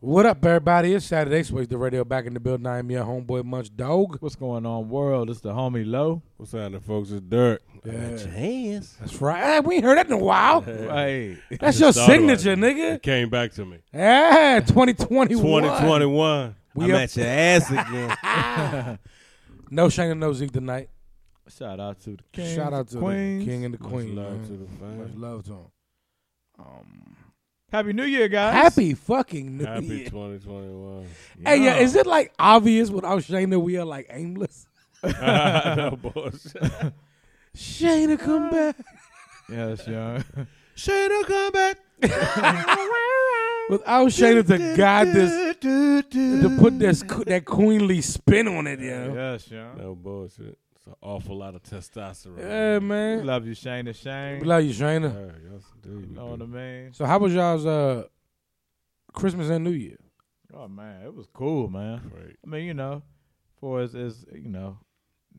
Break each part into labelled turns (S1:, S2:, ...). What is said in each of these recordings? S1: What up, everybody? It's Saturday. Switch the radio back in the building. I am your homeboy, Munch Dog.
S2: What's going on, world? It's the homie Low.
S3: What's happening, folks? It's Dirk.
S1: Yeah.
S3: Got your hands.
S1: That's right. Hey, we ain't heard that in a while.
S2: Hey,
S1: That's
S3: I
S1: your
S3: just thought about
S1: signature,
S3: it.
S1: nigga.
S3: It came back to me.
S1: Yeah, 2021.
S3: 2021.
S1: We
S3: I'm
S1: up-
S3: at your ass again.
S1: No Shane and no Zeke tonight.
S2: shout out to the king.
S1: Shout out to
S2: Queens.
S1: the king and the
S3: Much
S1: queen.
S3: love
S1: man.
S3: to the fans.
S1: Much love to him.
S2: Happy New Year, guys.
S1: Happy fucking New
S3: Happy
S1: Year.
S3: 2021.
S1: Hey, yeah, is it like obvious without Shane that we are like aimless?
S3: no bullshit.
S1: Shane, come back.
S2: Yes, young.
S3: Shada come back.
S1: Without Shayna to guide this, to put this that queenly spin on it, yo.
S2: yes, young.
S3: No bullshit. It's an awful lot of testosterone.
S1: Yeah,
S2: We
S1: man.
S2: love you, Shane and Shane.
S1: We love you,
S3: Yeah,
S1: Shayna.
S3: yes, indeed. we
S2: know what I
S3: do.
S2: mean?
S1: So, how was y'all's uh, Christmas and New Year?
S2: Oh man, it was cool, man.
S3: Great.
S2: I mean, you know, for as is, you know,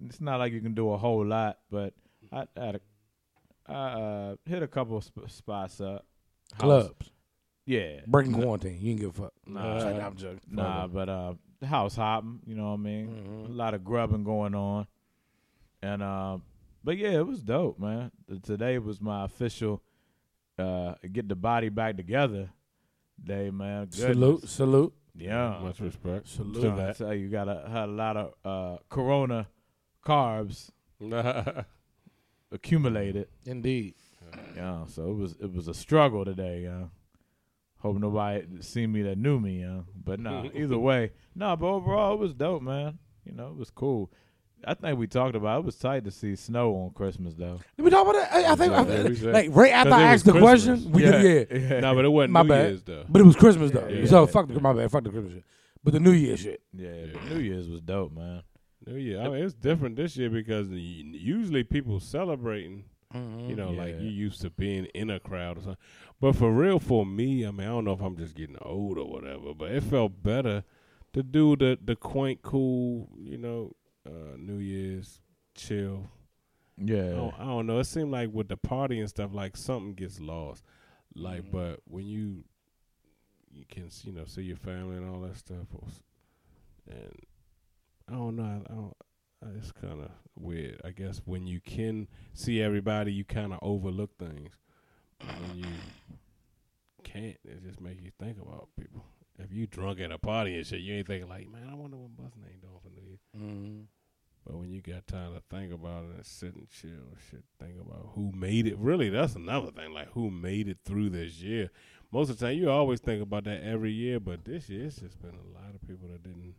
S2: it's not like you can do a whole lot, but I, I had a, I uh, hit a couple of sp- spots up. House-
S1: Clubs,
S2: yeah.
S1: breaking quarantine. You didn't give a fuck.
S3: Nah.
S1: Shut up, I'm joking.
S2: Nah, but uh, house hopping, you know what I mean?
S1: Mm-hmm.
S2: A lot of grubbing going on. And uh, but yeah, it was dope, man. T- Today was my official uh get the body back together day, man.
S1: Salute,
S2: Goodness.
S1: salute.
S2: Yeah.
S3: Much respect.
S1: Salute.
S3: To
S2: I
S3: that.
S2: tell you, you got a, had a lot of uh corona carbs accumulated.
S1: Indeed.
S2: Yeah, so it was it was a struggle today, yeah. Hope nobody seen me that knew me, yeah. But nah, either way, nah. But overall, it was dope, man. You know, it was cool. I think we talked about it. it was tight to see snow on Christmas though.
S1: Let me talk about that. I, I think, I
S3: Yeah, we
S1: think
S3: said-
S1: like right after
S3: 'Cause it
S1: I
S3: was
S1: asked the
S3: Christmas.
S1: question, we did, yeah.
S3: nah, but it wasn't
S1: My
S3: New
S1: bad.
S3: Year's, though.
S1: But it was Christmas though,
S2: Yeah.
S1: so fuck the my bad, fuck the Christmas shit. But the New Year shit.
S2: Yeah, but New Year's was dope, man.
S3: New Year. I mean, it's different this year because the- usually people celebrating. You know, like
S2: Yeah.
S3: you used to being in a crowd or something. But for real, for me, I mean, I don't know if I'm just getting old or whatever, but it felt better to do the the quaint, cool, you know, uh, New Year's chill. I,
S2: Yeah,
S3: don't, Oh, I don't know. It seemed like with the party and stuff, like something gets lost. Like, but when you you can you know see your family and all that stuff, or s- and I don't know. I, I don't. I- It's kind of weird. I guess when you can see everybody, you kind of overlook things. But when you can't, it just make you think about people. If you drunk at a party and shit, you ain't thinking like, man, I wonder what busting ain't doing for New Year. But when you got time to think about it and sit and chill and shit, think about who made it. Really, that's another thing. Like who made it through this year. Most of the time, you always think about that every year, but this year it's just been a lot of people that didn't,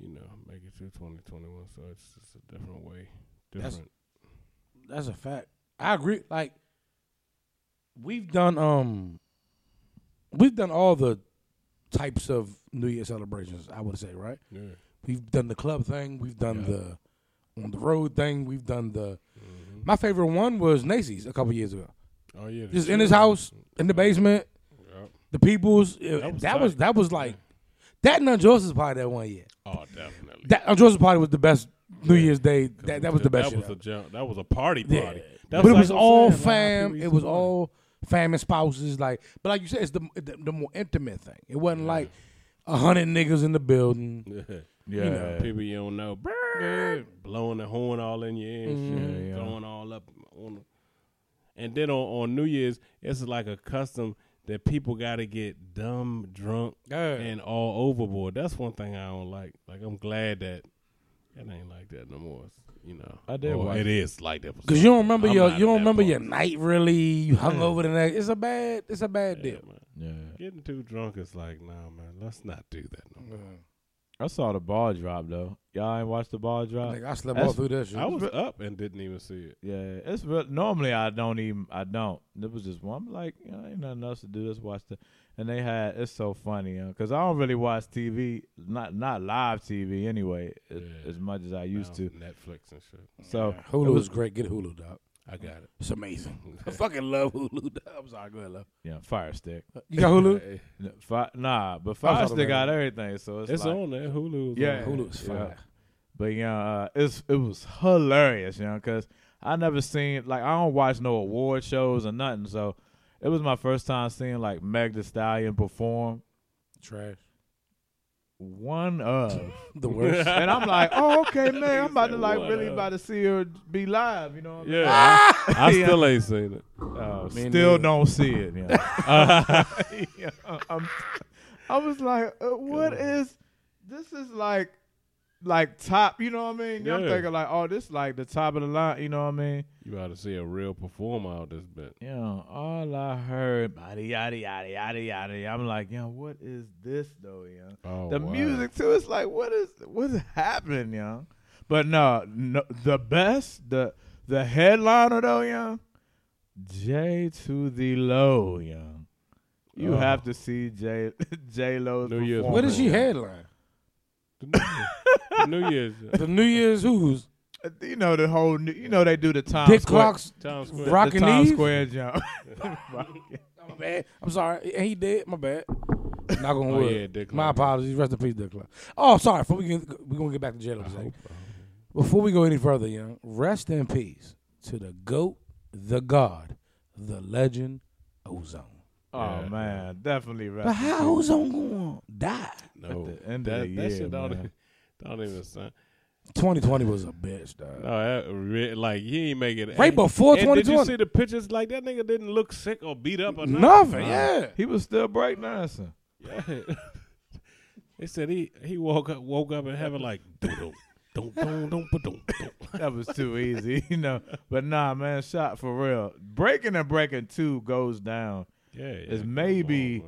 S3: you know, make it through 2021. So it's just a different way.
S1: That's-
S3: Different.
S1: That's a fact. I agree. Like we've done um we've done all the types of New Year celebrations, I would say, right?
S3: yeah.
S1: We've done the club thing, we've done
S3: Yeah.
S1: the on the road thing, we've done the my favorite one was Nacy's a couple years ago.
S3: mm-hmm. Oh yeah. the
S1: Just in his house, in the basement,
S3: Yep.
S1: the people's uh, that
S3: That was
S1: was
S3: tight.
S1: that was like that and Joseph's party that one year.
S3: Oh, definitely.
S1: That on Joseph's party was the best New
S3: Yeah.
S1: Year's Day. That that was the best
S3: That
S1: shit
S3: was a jump. That was a party
S1: Yeah.
S3: party.
S1: but it was all fam. It was all fam and spouses. Like, but like you said, it's the the, the more intimate thing. It wasn't like a hundred niggas in the building.
S3: Yeah.
S2: yeah,
S1: you know,
S3: People you don't know, blowing the horn all in your ear, and shit,
S1: Mm-hmm.
S2: Yeah, yeah.
S3: throwing all up on. The, and then on, on New Year's, it's like a custom that people got to get dumb, drunk,
S1: Yeah.
S3: and all overboard. That's one thing I don't like. Like I'm glad that it ain't like that no more. You know,
S2: I did
S3: Or
S2: watch-
S3: it is like that
S1: Cause you don't remember
S3: I'm
S1: your
S3: not
S1: you
S3: in
S1: don't
S3: that
S1: remember
S3: part.
S1: your night really. You hung over the next. It's a bad it's a bad
S3: Yeah,
S1: deal.
S3: man.
S2: yeah.
S3: Getting too drunk is like, nah, man. Let's not do that no more.
S1: Uh,
S2: I saw the ball drop though. Y'all ain't watched the ball drop.
S1: Nigga, I slept all
S2: That's-
S1: through that shit.
S3: I was up and didn't even see it.
S2: Yeah, it's real. Normally, I don't even. I don't. It was just one. I'm like, you know, ain't nothing else to do. Let's watch the. And they had. It's so funny, you know, 'cause I don't really watch TV. Not not live TV anyway, a-
S3: Yeah.
S2: as much as I used
S3: Now,
S2: to.
S3: Netflix and shit.
S2: So
S1: Hulu
S2: it
S1: is great. Get Hulu, dog.
S3: I got it.
S1: It's amazing. I fucking love Hulu. Dog. I'm sorry, go ahead, love.
S2: yeah, Fire Stick.
S1: You got Hulu?
S3: Hey,
S2: N- Fi- nah, but Fire
S1: thought
S2: Stick
S1: about
S2: got everything. So it's,
S3: It's
S2: like,
S3: on there. Hulu.
S2: Yeah.
S1: Hulu is fire.
S2: Yeah. But yeah, uh, it's it was hilarious, you know, 'cause I never seen like I don't watch no award shows or nothing, so it was my first time seeing like Meg Thee Stallion perform.
S1: Trash.
S2: One of.
S1: The worst.
S2: and I'm like, oh, okay, man. I'm about to
S3: said
S2: like
S3: one
S2: really
S3: of.
S2: about to see her be live. You know what I mean?
S3: Yeah, I,
S1: Ah!
S3: I
S2: Yeah.
S3: still ain't seen it.
S2: Oh,
S1: Me
S2: still
S1: neither.
S2: don't see it. Uh, you know. Yeah, I'm- I was like, uh, what
S3: Good.
S2: is this? Is like, like top. You know what I mean? I'm
S3: Yeah.
S2: thinking like, oh, this like the top of the line. You know what I mean?
S3: You ought to see a real performer out this bit.
S2: Yeah. All I heard, yada yada yada yada yada. I'm like, yeah, what is this though? Yeah.
S3: Oh,
S2: the
S3: wow.
S2: music too. It's like, what is what's happening, young? But no, no, the best, the the headliner though, young. J to the low, young. You
S3: Oh.
S2: have to see J J Lo's
S3: New Year's
S2: performance.
S1: What did she headline?
S3: The New Year's
S1: The New Year's who's
S2: Uh, You know the whole. new- You know they do the time.
S1: Dick
S2: Square,
S1: Clark's.
S3: Town Square.
S2: the
S1: Rock and
S2: Times
S1: Eve?
S2: Square jump.
S1: My bad. I'm sorry. And he did. My bad. Not gonna
S3: Oh
S1: wood.
S3: yeah, Dick.
S1: My
S3: Clark.
S1: apologies. Rest in peace, Dick Clark. Oh, sorry. Before we get, we're gonna get back to J Lo.
S3: I hope-
S1: Before we go any further, young, rest in peace to the goat, the god, the legend, Ozone.
S2: oh
S3: Yeah.
S2: man, definitely. Right
S1: But how Ozone gonna die?
S3: No,
S2: At the end
S3: that,
S2: of the
S3: that
S2: year,
S3: shit don't,
S2: man.
S3: don't even sound.
S1: 2020 was a bitch, dog.
S3: No, that, re- like he ain't making
S1: right
S3: and-
S1: before
S3: and Did you
S1: 2020,
S3: see the pictures? Like that nigga didn't look sick or beat up or nothing.
S1: nothing. Yeah,
S2: He was still breakdancing.
S3: Yeah. they said he he woke up woke up and having like don't don't don't don't
S2: that was too easy, you know. But nah, man, shot for real. Breaking and breaking two goes down.
S3: Yeah,
S2: It's maybe-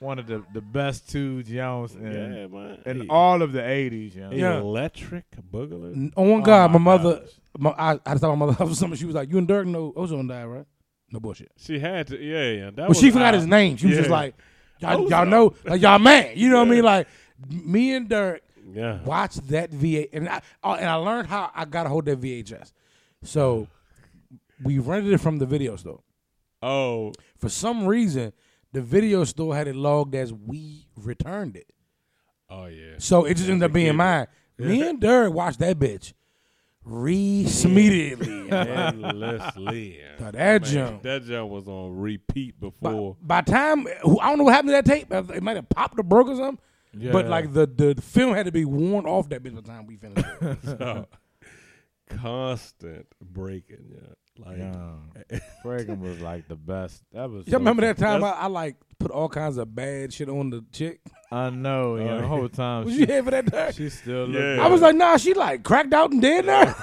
S2: One of the, the best two Jones
S3: yeah,
S2: in,
S3: man.
S2: in
S3: He-
S2: all of the eighties, you know.
S3: he
S1: Yeah.
S3: electric boogaloo.
S1: N- Oh, my God,
S2: Oh,
S1: my, mother.
S2: gosh.
S1: My, I, I told my mother I was something. She was like, "You and Dirk know Ozone died, right? No bullshit."
S3: She had to, yeah, yeah. That
S1: Well,
S3: was
S1: she forgot
S3: our-
S1: his name. She was just
S3: Yeah.
S1: like, "Y'all,
S3: Ozone.
S1: y'all know, like y'all man." You know what I mean?
S3: Yeah.
S1: Like me and Dirk
S3: Yeah,
S1: watched that VA, and I oh, and I learned how I got a hold of that VHS. So we rented it from the video store.
S3: Oh,
S1: For some reason, the video store had it logged as we returned it.
S3: oh yeah.
S1: So it just ended up being
S3: kid.
S1: mine. Me and Dirk watched that bitch reese immediately.
S3: Endlessly.
S1: Now that jump.
S3: That jump was on repeat
S1: By,
S3: before.
S1: by time who- I don't know what happened to that tape. Uh, It might have popped or broke or something. But
S3: Yeah.
S1: like the, the film had to be worn off that bitch by the time we finished. it. uh,
S3: So, constant breaking. Yeah, like
S2: Yeah. breaking was like the best. That was.
S1: Y'all
S2: so
S1: remember
S2: good.
S1: that time I,
S2: That's-
S1: I like put all kinds of bad shit on the chick?
S2: I know, yeah.
S3: Oh,
S2: The
S3: yeah.
S2: whole time
S1: Was you
S2: she,
S1: here for that? Dirk?
S2: she still looked.
S3: Yeah.
S1: I was like, nah, she like cracked out and dead now.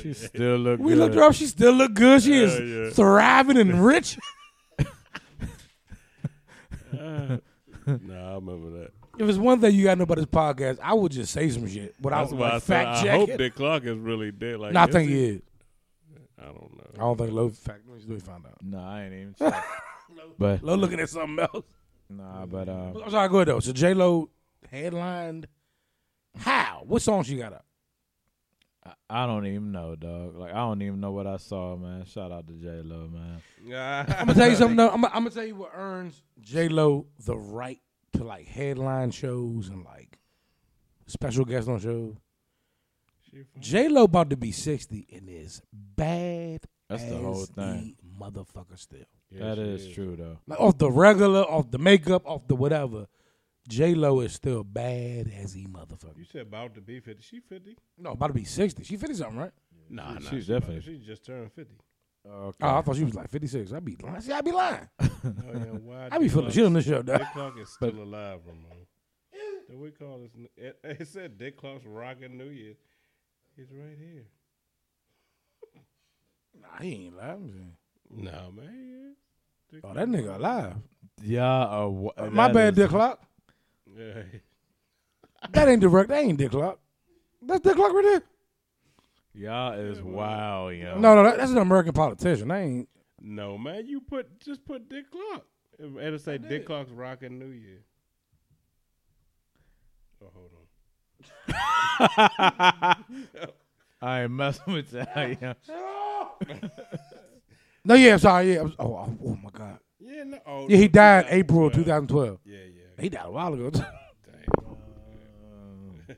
S2: she still looked.
S1: We
S2: good.
S1: looked her up. She still looked good. She
S3: Hell yeah.
S1: is thriving and rich.
S3: Uh, nah, I remember that.
S1: If it's one thing you gotta know about this podcast, I would just say some shit
S3: That's
S1: without
S3: why I
S1: like,
S3: said
S1: fact
S3: I
S1: checking.
S3: hope Dick Clark is really dead. Like,
S1: Nah, I
S3: is
S1: think he is. Oh.
S3: I don't know.
S1: I don't think Low fact. Let me let me find out.
S2: Nah, I ain't even. check. but
S1: Low looking at something else.
S2: nah, but uh,
S1: I'm sorry, go ahead though. So J Lo headlined. How? What song she got up?
S2: I- I don't even know, dog. Like I don't even know what I saw, man. Shout out to J Lo, man.
S1: I'm gonna tell you something though. I'm, I'm gonna tell you what earns J Lo the right to like headline shows and like special guests on shows. J Lo about to be sixty and is bad.
S2: That's
S1: as
S2: the whole thing.
S1: a motherfucker still.
S2: that is true though.
S1: Like off the regular, off the makeup, off the whatever. J Lo is still bad as he motherfucker.
S3: You said about to be fifty. She fifty?
S1: No, about to be sixty. She fifty something, right?
S2: She-
S3: Nah, nah.
S2: she's
S3: she about-
S2: definitely-
S3: She just turned fifty.
S2: Okay.
S1: Oh, I thought she was like fifty six. I'd be lying. See, I'd be lying.
S3: Oh, yeah, why
S1: I'd be
S3: Dick
S1: full of
S3: Clark-
S1: shit on this show, dog.
S3: Dick Clark is still alive, Ramon. Do we call this? n- It, it said Dick Clark's rocking New Year. He's right here.
S1: Nah, he ain't lying.
S3: No man. he is. Dick
S1: Oh,
S3: Clark-
S1: that nigga alive.
S2: yeah. Uh, wha-
S1: My
S2: that
S1: bad,
S2: is-
S1: Dick Clock.
S3: Yeah.
S1: That ain't direct. That ain't Dick Clock. That's Dick Clock right there.
S2: Y'all is wild, yo.
S1: No, no, that, that's an American politician. That ain't.
S3: No man, you put just put Dick Clark. It'll say Dick Clark's rocking New Year. Oh, hold on.
S2: I ain't messing with y'all. Yeah.
S1: No, yeah, I'm sorry. Yeah, I'm, oh, oh, oh my God.
S3: Yeah, no. Oh,
S1: Yeah, he
S3: no,
S1: died April
S3: 2012.
S1: 2012.
S3: Yeah, yeah.
S1: He died a while ago.
S3: Damn.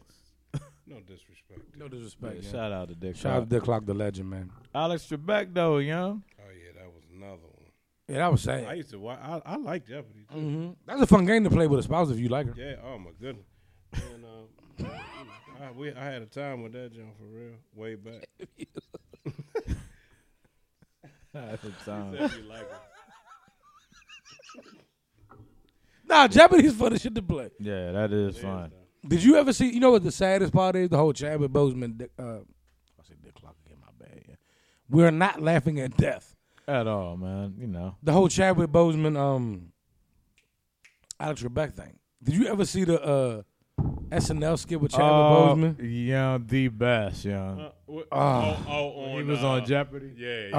S3: No disrespect.
S1: no disrespect.
S2: Shout out to Dick.
S1: Shout out to Dick Clock, the legend, man.
S2: Clark. Alex Trebek though, young.
S3: Oh yeah, that was another one.
S1: Yeah, that was
S3: I
S1: sad.
S3: used to watch. I, I like Jeopardy. Too.
S1: hmm That's a fun game to play with a spouse if you like her.
S3: Yeah. Oh my goodness. And um, I, we, I had a time with that John for real, way back.
S2: That's a
S3: He
S2: time.
S3: said he liked it.
S1: Nah, Jeopardy's for the shit to play.
S2: Yeah, that is
S3: Yes,
S2: fun.
S3: though.
S1: Did you ever see? You know what the saddest part is? The whole Chadwick Boseman. Dick- Uh, I said Dick Clark again. My bad. Yeah. We're not laughing at death.
S2: At all, man. You know.
S1: The whole Chadwick Boseman, um, Alex Trebek thing. Did you ever see the uh, SNL skit with Chadwick
S2: Oh,
S1: Boseman?
S2: Yeah, the best, yeah.
S3: Uh, what-
S1: Ah.
S3: oh, oh, on
S2: he was
S3: uh,
S2: on Jeopardy.
S3: Yeah.
S1: Oh, uh,
S3: yeah.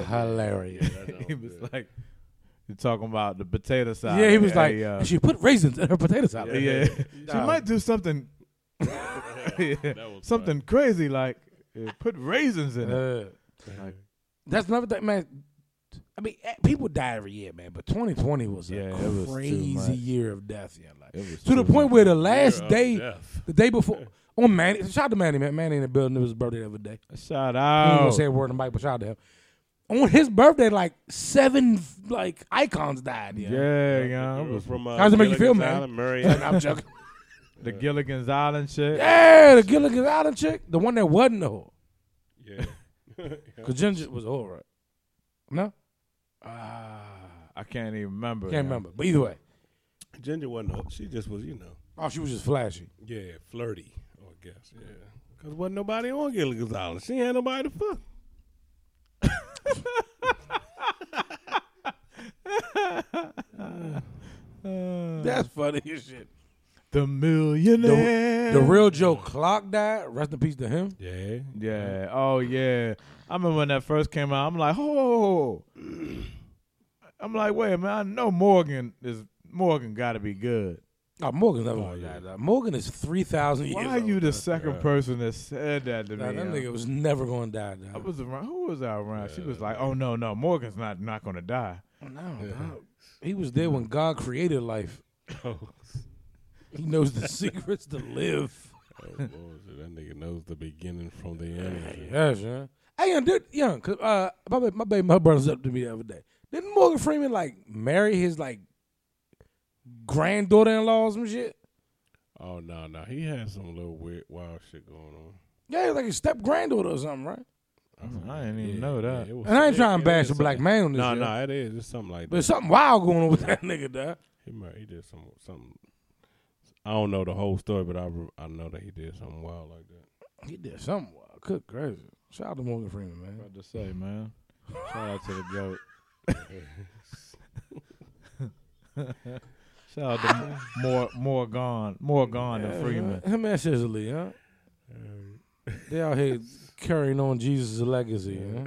S3: Yeah,
S1: hilarious.
S3: that sounds
S2: he was
S3: good.
S2: like, you're talking about the potato salad.
S1: Yeah, he was
S2: Hey,
S1: like,
S2: uh,
S1: she put raisins in her potato salad.
S2: yeah. she
S1: Nah.
S2: might do something,
S3: Yeah, that was
S2: something crazy like uh, put raisins in it.
S1: Uh,
S2: Like,
S1: that's another thing, man. I mean, eh, people die every year, man. But 2020 was a
S2: Yeah, it was too
S1: crazy
S2: much.
S1: year of death. Yeah, like
S2: it was
S1: to the
S2: too
S1: point
S2: much.
S1: where the
S3: fun.
S1: last
S3: Fear of
S1: day,
S3: death.
S1: the day before, on Manny, shout out to Manny, man. Manny in the building, it was his birthday the other day.
S2: shout
S1: I ain't
S2: out.
S1: gonna say a word on the mic, but shout out to him. On his birthday, like seven like icons died.
S2: yeah,
S1: Yeah,
S2: yeah,
S3: The
S2: it
S3: girl
S2: was
S3: from, uh,
S1: How's it make you feel,
S3: Gilligan's
S1: man?
S3: Island, Murray
S1: And I'm joking.
S2: the Gilligan's Island shit.
S1: yeah, the Gilligan's Island chick, the one that wasn't a whore,
S3: Yeah. Yeah.
S1: because Ginger was a whore, right? No,
S2: I can't even remember.
S1: can't
S2: yeah.
S1: remember. But either way,
S3: Ginger wasn't. a- She just was, you know.
S1: oh, she was just flashy.
S3: Yeah, flirty. I guess. Yeah. Cause wasn't nobody on Gilligan's Island. She ain't nobody to fuck.
S1: That's funny as shit.
S2: The millionaire.
S1: The real Joe Clark died. Rest in peace to him.
S3: Yeah.
S2: Yeah. Oh yeah. I remember when that first came out. I'm like, oh. I'm like, wait, man. I know Morgan is Morgan. Got to be good.
S1: Oh, Morgan's never gonna
S3: yeah.
S1: die. dog. Morgan is three thousand years.
S2: Why are
S1: old,
S2: you the
S1: dog.
S2: second
S3: God.
S2: person that said that to
S1: Nah,
S2: me?
S1: that
S2: huh?
S1: nigga was never gonna die.
S2: I
S1: Dog.
S2: was around. Who was I around? She was like, oh no, no, Morgan's not not gonna die.
S1: no, dog. he was there when God created life. He knows the secrets to live.
S3: Oh, Lord, so that nigga knows the beginning from the end.
S1: Yes, yeah. Hey, young, dude, young, cause uh, my baby, my baby, my brother's up to me the other day. Didn't Morgan Freeman like marry his like granddaughter-in-law or some shit?
S3: Oh no, no, he had some little weird, wild shit going on.
S1: Yeah, like his step granddaughter or something, right?
S2: I didn't even know that.
S3: it was-
S1: And I ain't
S3: it-
S1: trying
S3: it
S1: to bash
S3: is
S1: a black
S3: something-
S1: man on this,
S3: No,
S1: here,
S3: no, it is. It's something like
S1: but
S3: that.
S1: there's something wild going on with that nigga, dog.
S3: He, mar- he did some some. I don't know the whole story, but I re- I know that he did something wild like that.
S1: He did something wild. Good gracious. Shout out to Morgan Freeman, man.
S2: About to say, man. Shout out to the goat. Shout out to Mor- Morgan, Morgan the Freeman.
S1: Him and Cicely, huh? They out here carrying on Jesus' legacy, huh?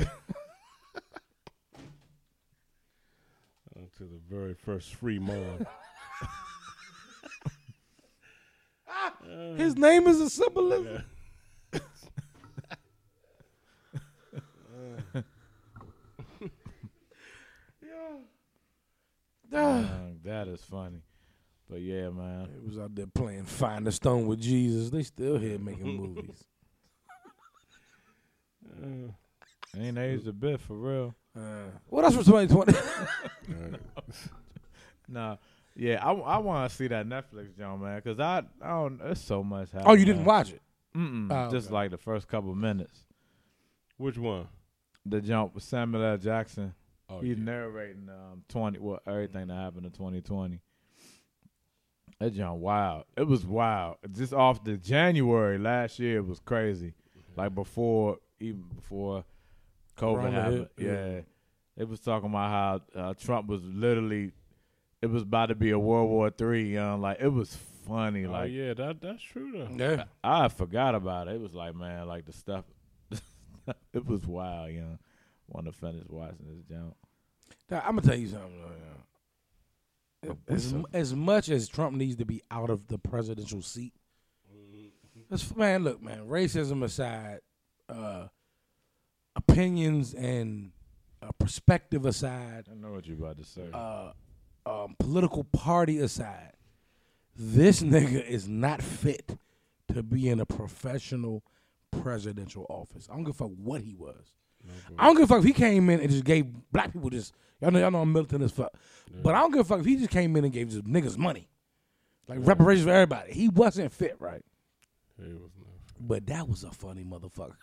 S3: Uh, to the very first free mom.
S1: His name is a symbolism.
S2: Um, that is funny. But yeah, man.
S1: It Ah. was out there playing Find the Stone with Jesus. They still here making movies.
S3: Uh,
S2: Ain't aged a bit for real.
S1: Uh, well, that's for 2020.
S2: Nah. Yeah, I, I want to see that Netflix John man because I I don't. There's so much. Happening,
S1: oh, you didn't watch it?
S2: Mm-mm,
S1: Oh,
S2: just
S1: okay.
S2: like the first couple minutes.
S3: which one?
S2: The jump with Samuel L. Jackson.
S3: Oh,
S2: He's
S3: yeah.
S2: narrating um twenty well everything that happened in twenty twenty. That John wild. It was wild. Just off the January last year it was crazy. Like before even before COVID
S1: Corona
S2: happened.
S1: hit,
S2: yeah.
S1: yeah.
S2: It was talking about how uh, Trump was literally it was about to be a World War Three, you know, like it was funny.
S3: Oh,
S2: like
S3: yeah, that that's true though.
S1: Yeah.
S2: I forgot about it. It was like, man, like the stuff it was wild, you know. Wanna finish watching this jump.
S1: I'm going to tell you something. Though, yeah. as, as much as Trump needs to be out of the presidential seat, that's, man, look, man, racism aside, uh, opinions and uh, perspective aside,
S2: I know what you're about to say.
S1: uh, um, political party aside, this nigga is not fit to be in a professional presidential office. I don't give a fuck what he was. I don't give a fuck if he came in and just gave black people just y'all know y'all know I'm militant as fuck. But I don't give a fuck if he just came in and gave just niggas money. Like reparations for everybody. He wasn't fit right.
S3: It was no-
S1: But that was a funny motherfucker.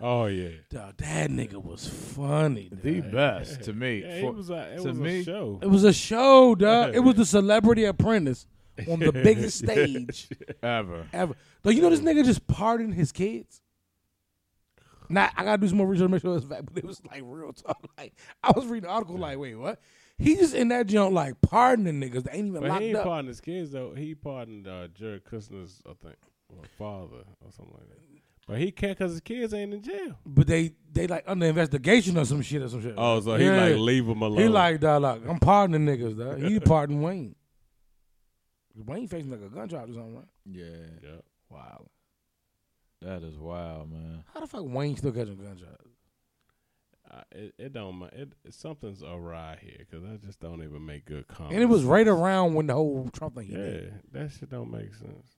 S3: Oh yeah.
S1: Dog, that nigga was funny. dog.
S2: The best to me.
S3: Yeah,
S2: For-
S3: it was a, it
S2: to
S3: was
S2: me-
S3: a show.
S1: It was a show, dog. It was the Celebrity Apprentice on the biggest stage
S2: ever.
S1: ever. Though you know this nigga just pardoned his kids. Now I gotta do some more research to make sure it's fact, but it was like real talk. Like I was reading the article, like, wait, what? He just in that junk, like pardoning niggas. They ain't even
S3: But
S1: locked
S3: he ain't
S1: up.
S3: pardoned his kids though. He pardoned uh, Jared Kushner's, I think, or father or something like that. But he can't because his kids ain't in jail.
S1: but they they like under investigation or some shit or some shit.
S3: Oh, so he
S1: Yeah.
S3: like leave him alone.
S1: he like dog, like I'm pardoning niggas. Dog. He pardoned Wayne. Wayne facing like a gun charge or something. Right?
S2: Yeah.
S3: yeah.
S1: Wow.
S2: That is wild, man.
S1: How the fuck Wayne still catching gun charges?
S3: I, it, it don't. ma- It something's awry here because I just don't even make good comments.
S1: And it was right around when the whole Trump thing.
S3: Yeah,
S1: hit.
S3: that shit don't make sense.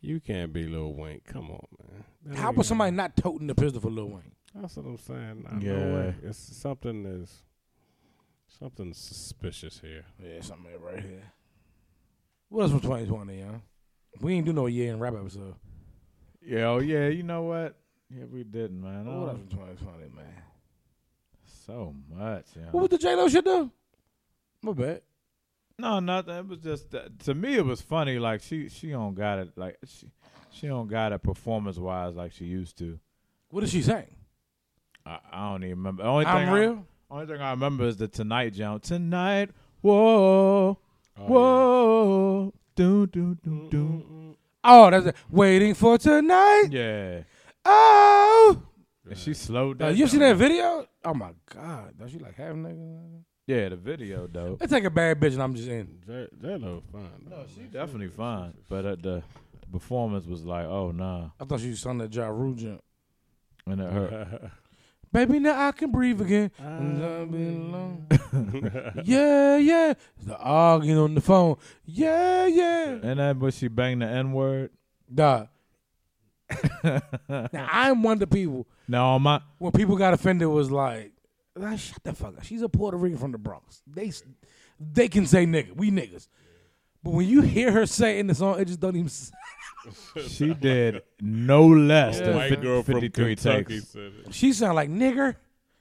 S3: You can't be Lil Wayne. Come on, man. That
S1: How
S3: nigga-
S1: about somebody not toting the pistol for Lil Wayne?
S3: That's what I'm saying. I yeah.
S2: Yeah.
S3: know it. it's something is something suspicious here.
S1: Yeah, something right here. What else from 2020, huh? We ain't do no year in rap episode.
S2: Yeah, oh yeah, you know what? Yeah, we didn't, man.
S1: What else
S2: Oh,
S1: from 2020, man?
S2: so much. Yeah.
S1: What was the J Lo shit though? My bad.
S2: No, nothing. It was just that- to me. It was funny. Like she, she don't got it. Like she, she don't got it performance wise like she used to.
S1: What did she sing?
S2: I, I don't even remember. The Only thing
S1: I'm
S2: I-
S1: real.
S2: only thing I remember is the Tonight jump. Tonight, whoa,
S3: Oh,
S2: whoa, do do
S3: yeah.
S2: do do.
S3: Mm-mm-mm.
S1: Oh, that's it. Waiting for tonight.
S2: Yeah,
S1: Oh,
S2: and she slowed
S1: Uh,
S2: down.
S1: you seen that video? Oh my god, does she like have niggas?
S2: Yeah, the video though.
S1: Let's take a bad bitch and I'm just in.
S3: J Lo fine.
S2: No, she definitely fine, but uh, the the performance was like, oh nah,
S1: I thought she sung that Ja Rule jump.
S2: and it hurt.
S1: Baby, now I can breathe again. And I'll be alone. yeah, yeah. It's the arguing on the phone. Yeah, yeah.
S2: And then when she banged the N word,
S1: Dog. now I'm one of the people
S2: no, my
S1: when people got offended was like, "Ah, shut the fuck up. She's a Puerto Rican from the Bronx. They s- they can say nigga. We niggas. But when you hear her say in the song, it just don't even. s-
S2: She did no less
S1: Yeah.
S2: than
S1: White
S2: fif-
S3: girl from
S2: 53
S3: Kentucky
S2: takes.
S3: said it.
S1: She sound like nigger.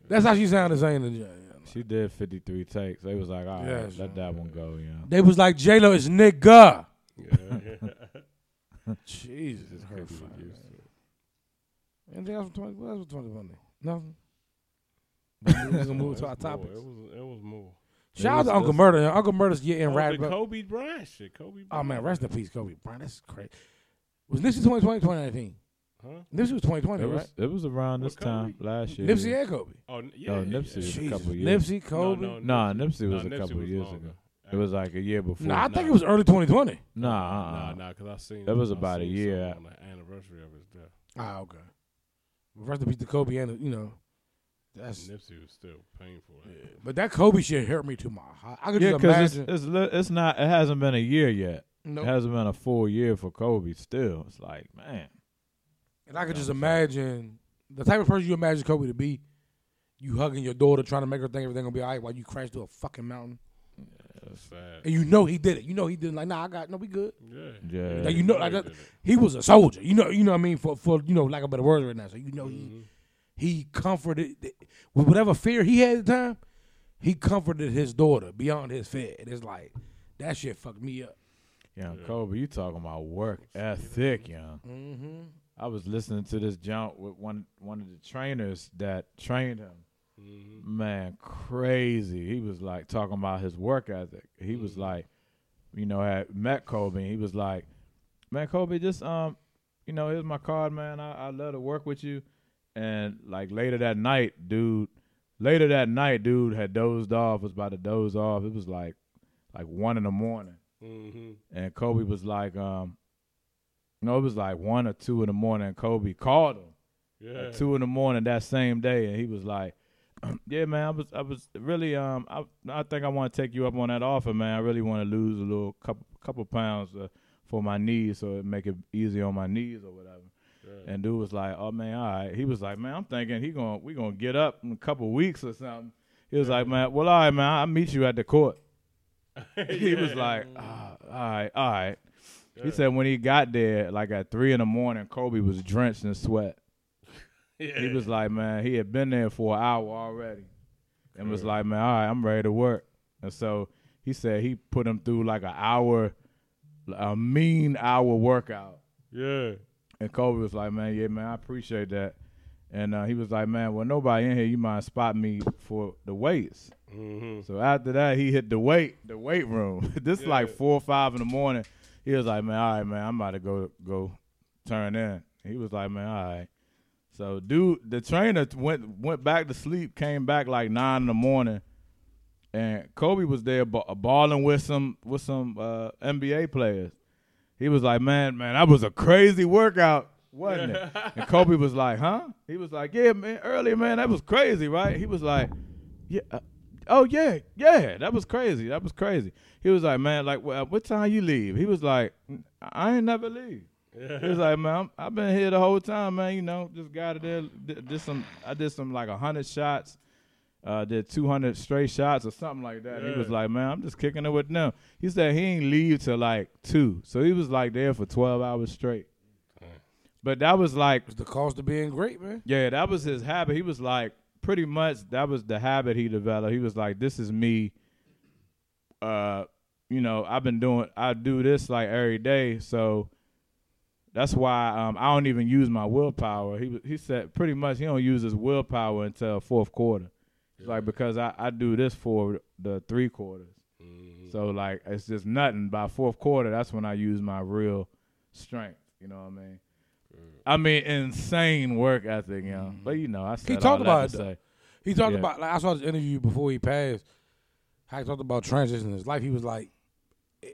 S1: That's how she sounded saying the joint.
S2: She did 53 takes. They was like, all right,
S1: Yes.
S2: let that one go, you know.
S1: They was like J Lo is nigga.
S3: Yeah.
S1: Jesus, her
S3: Couldn't get
S1: fucking-
S3: used to it.
S1: Anything else from twenty? What else from twenty one? Nothing. we just gonna
S3: No,
S1: move to our
S3: it's more.
S1: topics.
S3: It was, it was more.
S1: Shout out
S2: was
S1: to Uncle
S2: this-
S1: Murder. Uncle Murder's
S3: Oh,
S1: getting
S3: the
S1: wrapped up.
S3: Kobe Bryant shit. Kobe.
S1: Oh
S3: Bryant.
S1: man, rest in peace, Kobe Bryant. That's crazy. Was Nipsey 2020, 2019?
S3: Huh?
S1: Nipsey was 2020,
S2: It was,
S1: right?
S2: it was around
S3: What
S2: this time
S3: Kobe?
S2: last year.
S1: Nipsey and Kobe.
S3: Oh n- yeah.
S2: No,
S3: yeah,
S2: Nipsey
S3: yeah.
S2: was
S1: Jesus.
S2: a couple years.
S1: Nipsey, Kobe. No,
S2: Nah, Nipsey was a couple years
S3: longer.
S2: ago. It was like a year before.
S1: I think it was early 2020.
S2: Nah, uh-uh.
S3: Nah, nah, because I seen.
S2: That was
S3: I
S2: about a
S3: seen
S2: year.
S3: something on the anniversary of his death.
S1: Ah, okay. Rest in peace to Kobe and, you know, that's.
S3: Nipsey was still painful.
S1: But that Kobe shit hurt me to my heart. I could
S2: Yeah,
S1: just
S2: because
S1: imagine.
S2: it's, it's, li- it's not, it hasn't been a year yet.
S1: Nope.
S2: It hasn't been a full year for Kobe still. It's like, man.
S1: and I could just
S2: I'm sorry.
S1: imagine the type of person you imagine Kobe to be. You hugging your daughter, trying to make her think everything gonna be all right while you crash through a fucking mountain.
S3: That's sad.
S1: And you know he did it. You know he didn't like, nah, I got no, we good.
S3: Yeah.
S2: Yeah.
S1: Like, you know, like, uh, that-
S3: he did it.
S1: he was a soldier. You know, you know what I mean. For for you know, lack of better words right now. So you know,
S3: Mm-hmm.
S1: he he comforted with whatever fear he had at the time. He comforted his daughter beyond his fear, and it's like that shit fucked me up.
S2: Young Kobe, you talking about work ethic, young. Mm-hmm. I was listening to this jump with one one of the trainers that trained him.
S3: Mm-hmm.
S2: Man, crazy. He was like talking about his work ethic. He was like, you know, had met Kobe. And he was like, man, Kobe, just um, you know, here's my card, man. I I love to work with you. And like later that night, dude. Later that night, dude had dozed off. Was about to doze off. It was like, like one in the morning
S3: Mhm.
S2: and Kobe was like, um, no, it was like one or two in the morning. And Kobe called him
S3: Yeah.
S2: at two in the morning that same day, and he was like, "Yeah, man, I was, I was really, um, I, I think I want to take you up on that offer, man. I really want to lose a little couple, couple pounds uh, for my knees, so it make it easy on my knees or whatever."
S3: Right.
S2: And dude was like, "Oh man, all right." He was like, "Man, I'm thinking he going to we gonna get up in a couple weeks or something." He was like, "Man, well, all right, man, I'll meet you at the court." He was like, "Ah, "All right, all right." He said when he got there, like at three in the morning, Kobe was drenched in sweat. He was like, "Man, he had been there for an hour already," and was like, "Man, all right, I'm ready to work." And so he said he put him through like an hour, a mean hour workout.
S3: yeah.
S2: And Kobe was like, man, yeah, man, I appreciate that. And uh, he was like, man, well, nobody in here, you mind spot me for the weights.
S3: Mm-hmm.
S2: So after that, he hit the weight, the weight room. this is like
S3: Yeah.
S2: four or five in the morning. He was like, man, all right, man, I'm about to go go turn in. He was like, man, all right. So dude, the trainer went went back to sleep, came back like nine in the morning, and Kobe was there ba- balling with some with some uh, NBA players. He was like, man, man, that was a crazy workout, wasn't it? And Kobe was like, huh? He was like, yeah, man, earlier, man, that was crazy, right? He was like, yeah, uh, oh yeah, yeah, that was crazy, that was crazy. He was like, man, like, well, what time you leave? He was like, I ain't never leave. He was like, man, i have been here the whole time, man. You know, just got it there, did, did some, I did some like hundred shots, uh, did two hundred straight shots or something like that. He was
S3: Yeah.
S2: like, man, I'm just kicking it with them. He said he ain't leave till like two, so he was like there for twelve hours straight. But that was like
S1: It's the cost of being great, man.
S2: yeah, that was his habit. He was like, pretty much, that was the habit he developed. He was like, this is me. Uh, you know, I've been doing, I do this like every day, so that's why um, I don't even use my willpower. He was- he said pretty much he don't use his willpower until fourth quarter. It's like because I I do this for the three quarters.
S3: Mm-hmm.
S2: So like it's just nothing. By fourth quarter, that's when I use my real strength. You know what I mean? I mean insane work ethic, you know. But you know, I said
S1: Mm-hmm. talked
S2: all that
S1: about
S2: to
S1: it, though.
S2: say-
S1: He talked
S2: Yeah.
S1: about like I saw this interview before he passed. How he talked about transitioning his life. He was like,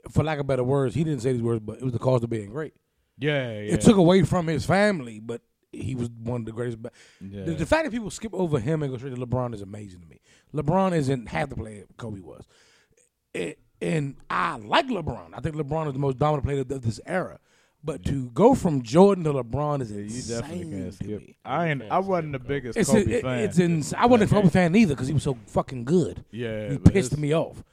S1: for lack of better words, he didn't say these words, but it was the cost of being great.
S2: Yeah, yeah.
S1: It took away from his family, but he was one of the greatest. ba-
S2: yeah.
S1: The, the fact that people skip over him and go straight to LeBron is amazing to me. LeBron isn't half the player Kobe was, It- and I like LeBron. I think LeBron is the most dominant player of this era. But to go from Jordan to LeBron is
S2: you
S1: insane
S2: definitely can't
S1: to
S2: skip.
S1: me.
S2: I ain't. I wasn't the biggest
S1: It's
S2: Kobe
S1: it-
S2: fan.
S1: it's ins- I wasn't a Kobe fan either because he was so fucking good.
S2: yeah,
S1: he
S2: but
S1: pissed
S2: it's-
S1: me off.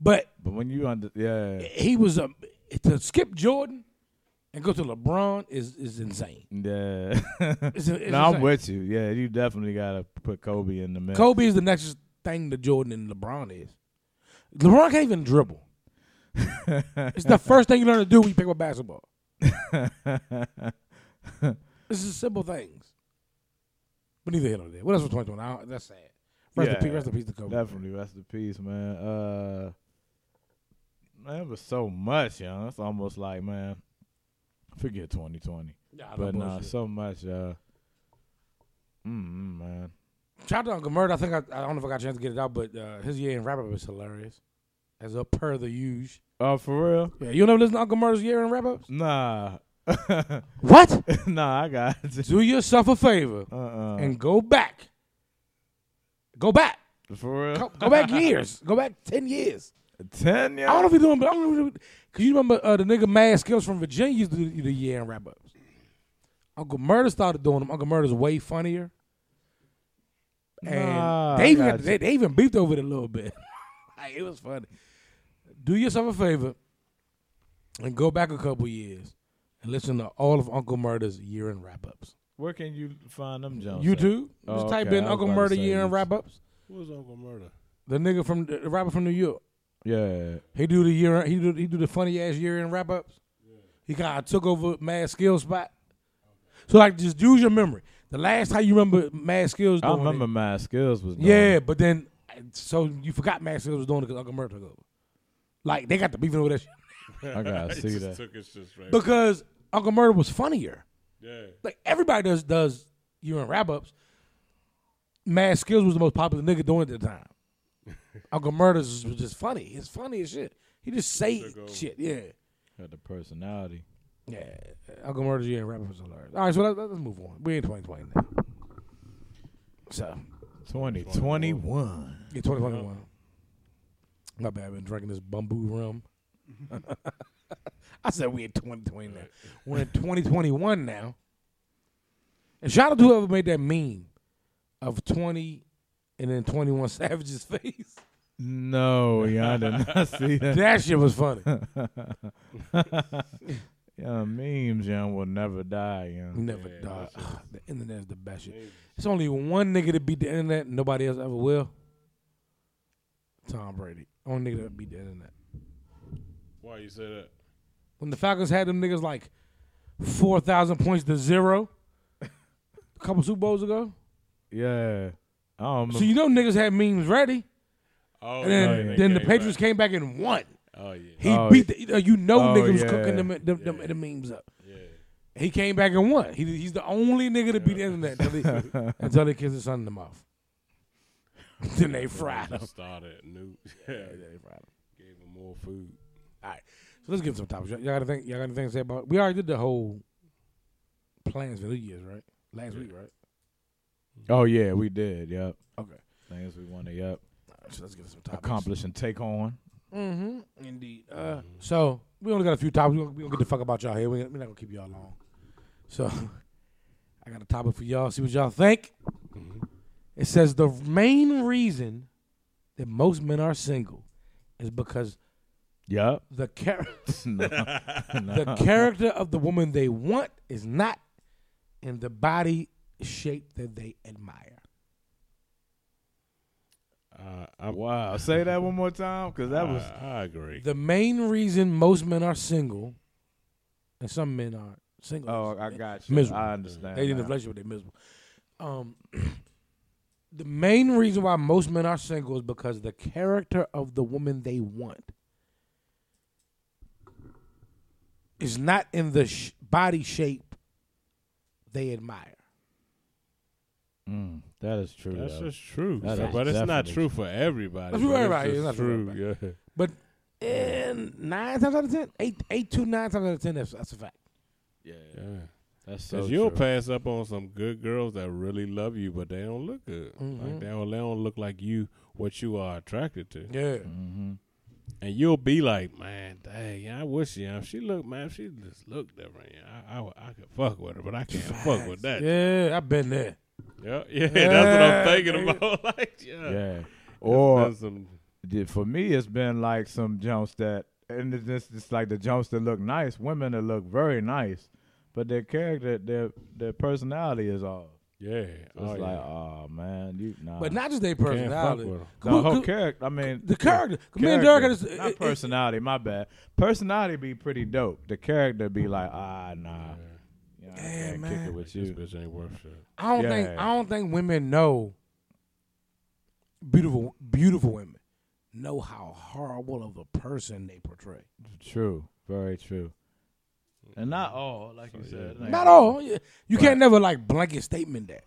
S1: But
S2: But when you under, yeah,
S1: he was a to skip Jordan and go to LeBron is is insane.
S2: yeah.
S1: It's, it's
S2: no, I'm
S1: insane.
S2: with you. Yeah, you definitely gotta put Kobe in the mix.
S1: Kobe is the next thing to Jordan and LeBron is. LeBron can't even dribble. it's the first thing you learn to do when you pick up basketball. This is simple things. But neither here nor there. What else was 2020? I don't- That's sad. Rest in
S2: Yeah,
S1: peace. Rest in peace to Kobe.
S2: Definitely rest in peace, man. Uh man, it was so much, you know. It's almost like, man, forget twenty twenty.
S1: Nah, no
S2: But nah,
S1: bullshit.
S2: so much, uh mm, mm man.
S1: Shout out to Gamert. I think I, I don't know if I got a chance to get it out, but uh, his year in wrap up is hilarious. As a per the use.
S2: Oh, for real?
S1: Yeah, you never listen to Uncle Murder's year in wrap ups?
S2: Nah.
S1: What?
S2: nah, I got it.
S1: Do yourself a favor
S2: Uh uh
S1: and go back. Go back.
S2: For real?
S1: Go, go back years. Go back 10 years.
S2: Ten
S1: I don't know
S2: yeah.
S1: if you're doing, but I don't know Because you remember uh, the nigga Mad Skills from Virginia used to do the year in wrap ups. Uncle Murder started doing them. Uncle Murder's way funnier. And
S2: Nah, I
S1: they, even,
S2: got you.
S1: they, they even beefed over it a little bit. like, it was funny. Do yourself a favor and go back a couple years and listen to all of Uncle Murder's year in wrap ups.
S2: Where can you find them Jones? at?
S1: YouTube,
S2: Oh,
S1: just type
S2: okay.
S1: in
S2: I was
S1: Uncle
S2: about to
S1: Murder
S2: say
S1: year in
S2: YouTube.
S1: wrap ups.
S3: Who was Uncle Murder?
S1: The nigga from the rapper from New York.
S2: Yeah.
S1: He do the year. He do he do the funny ass year end wrap ups. He kind of took over Mad Skills spot. So like, just use your memory. The last time you remember Mad Skills,
S2: I
S1: doing
S2: remember
S1: It,
S2: my skills was doing
S1: yeah, but then so you forgot Mad Skills was doing it because Uncle Murder took over. Like they got the beefing over that shit
S2: I gotta
S3: He
S2: see
S3: just
S2: that.
S3: Took his shit straight.
S1: because Uncle Murder was funnier.
S3: yeah.
S1: Like everybody does does year end wrap ups. Mad Skills was the most popular nigga doing it at the time. Uncle Murder's was just funny. It's funny as shit. He just say
S3: Took over.
S1: shit. Yeah.
S2: Got the personality.
S1: Yeah, Uncle Murder G and Rapper was hilarious. All right, so let, let's move on. We're in 2020 now. So,
S2: Twenty twenty one.
S1: yeah, 2021. My bad, I've been drinking this bamboo rum. I said we in 2020 now. We're in 2021 now. And shout out to whoever made that meme of 20 and then 21 Savage's face.
S2: No, yeah, I did not see that.
S1: That shit was funny.
S2: yeah, memes, yeah, will never die, yeah.
S1: Never
S3: Yeah,
S1: die. Ah,
S3: that's it.
S1: the internet's the best shit. It's only one nigga that beat the internet. and Nobody else ever will. Tom Brady. Only nigga that beat the internet.
S3: Why you say that?
S1: When the Falcons had them niggas like 4,000 points to zero a couple Super Bowls ago.
S2: Yeah. Um, I don't
S1: So you know niggas had memes ready.
S3: Oh,
S1: And then,
S2: Mm-hmm. yeah, they
S1: then the Patriots came back and won.
S3: came. Oh yeah,
S1: He
S2: Oh,
S1: beat the, uh, you know
S2: Oh,
S1: niggas was
S2: yeah.
S1: cooking them, them, them,
S3: Yeah.
S1: the memes up.
S3: yeah.
S1: He came back and won. He, he's the only nigga to beat the internet until he, until he kissed his son in the mouth. then they fried him.
S3: Just Started new. Yeah,
S1: they fried him.
S3: gave him more food.
S1: So let's give him some topics. Y'all y'all got to think. Y'all got anything to say about? We already did the whole plans for New Year's, right? Last
S3: Yeah.
S1: week, right?
S2: Oh yeah, we did, yep.
S1: Okay.
S2: Things we want to yep.
S1: All right, so let's give him some topics.
S2: Accomplish and take on.
S1: Mm-hmm. Indeed. Uh,
S3: Mhm.
S1: so we only got a few topics. We gonna, we gonna get the fuck about y'all here. We ain't- we not gonna keep y'all long. So I got a topic for y'all. See what y'all think.
S2: Mm-hmm.
S1: It says the main reason that most men are single is because
S2: Yep.
S1: the char-
S2: No.
S1: the character of the woman they want is not in the body shape that they admire.
S3: Uh, I,
S2: Wow. Say that one more time, because that was
S3: I, I agree.
S1: The main reason most men are single, and some men are single.
S2: Oh, I
S1: is-
S2: got you.
S1: Miserable.
S2: I understand.
S1: They in a
S2: now.
S1: relationship, they're miserable. Um, the main reason why most men are single is because the character of the woman they want is not in the sh- body shape they admire.
S2: Mm, that is true.
S3: That's
S2: though.
S3: just true.
S2: That
S3: So-
S2: is
S3: but it's not
S2: definitely
S3: true for everybody.
S1: That's true
S3: but
S1: for everybody.
S3: It's,
S1: It's not
S3: just
S1: true for
S3: true. Yeah.
S1: But and nine times out of ten, eight, eight to nine times out of ten, that's, that's a fact.
S2: yeah,
S3: Yeah.
S2: that's so
S3: Cause you'll
S2: true.
S3: pass up on some good girls that really love you, but they don't look good.
S1: Mhm.
S2: Mm-hmm.
S3: Like they don't, they don't look like you, what you are attracted to.
S1: Yeah.
S2: hmm
S3: And you'll be like, man, dang, I wish you. If she looked, man, if she just looked different, yeah, I, I, I could fuck with her, but I can't fuck with that. Yeah,
S1: Yeah, I've been there.
S3: yeah, that's what I'm thinking
S1: Yeah,
S3: about. like, yeah. It's
S2: Yeah. Or
S3: been some-
S2: yeah, for me, it's been like some jumps that, and it's just it's like the jumps that look nice. Women that look very nice, but their character, their their personality is off.
S3: yeah,
S2: So
S3: oh,
S2: it's
S3: yeah.
S2: like, oh man, you nah.
S1: But not just their
S3: Can't fuck
S1: personality.
S3: with her.
S2: no,
S1: Who-
S2: her
S1: who-
S2: character. I mean,
S1: the
S2: yeah.
S1: character. Me and Derek,
S2: Character.
S1: is-
S2: not
S1: it- it-
S2: personality. my bad. Personality be pretty dope. The character be like, ah, nah. You know, I
S1: Yeah,
S2: can't kick
S1: man.
S2: it with
S3: This
S2: you.
S3: bitch ain't worth shit.
S1: I don't think
S2: Yeah.
S1: I don't think women know beautiful beautiful women know how horrible of a person they portray.
S2: True, very true. And not all, like you
S3: So,
S2: said.
S3: yeah.
S2: like-
S1: Not all. You can't never like blanket statement that.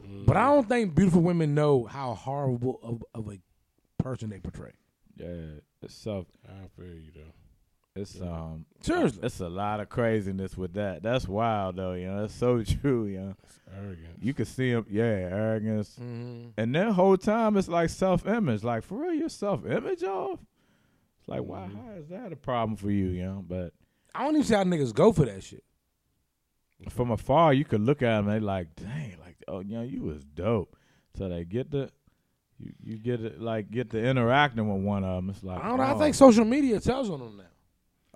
S3: Mm,
S1: But I don't think beautiful women know how horrible of, of a person they portray.
S2: Yeah, it's so
S3: I feel you though.
S2: it's um
S1: Seriously.
S2: it's a lot of craziness with that. That's wild though, you know. That's so true, you know.
S3: It's arrogant.
S2: You can see them, yeah, arrogance,
S1: Mm-hmm.
S2: and then whole time it's like self image. Like for real, your self image off. It's like, why?
S3: Mhm.
S2: How is that a problem for you, you know? But
S1: I don't even see how niggas go for that shit.
S2: from afar, you could look at them. They like, dang, like, oh, you know, you was dope. So they get the, you, you get it, like get to interacting with one of them. It's like,
S1: I don't know. I
S2: oh.
S1: think social media tells on them now.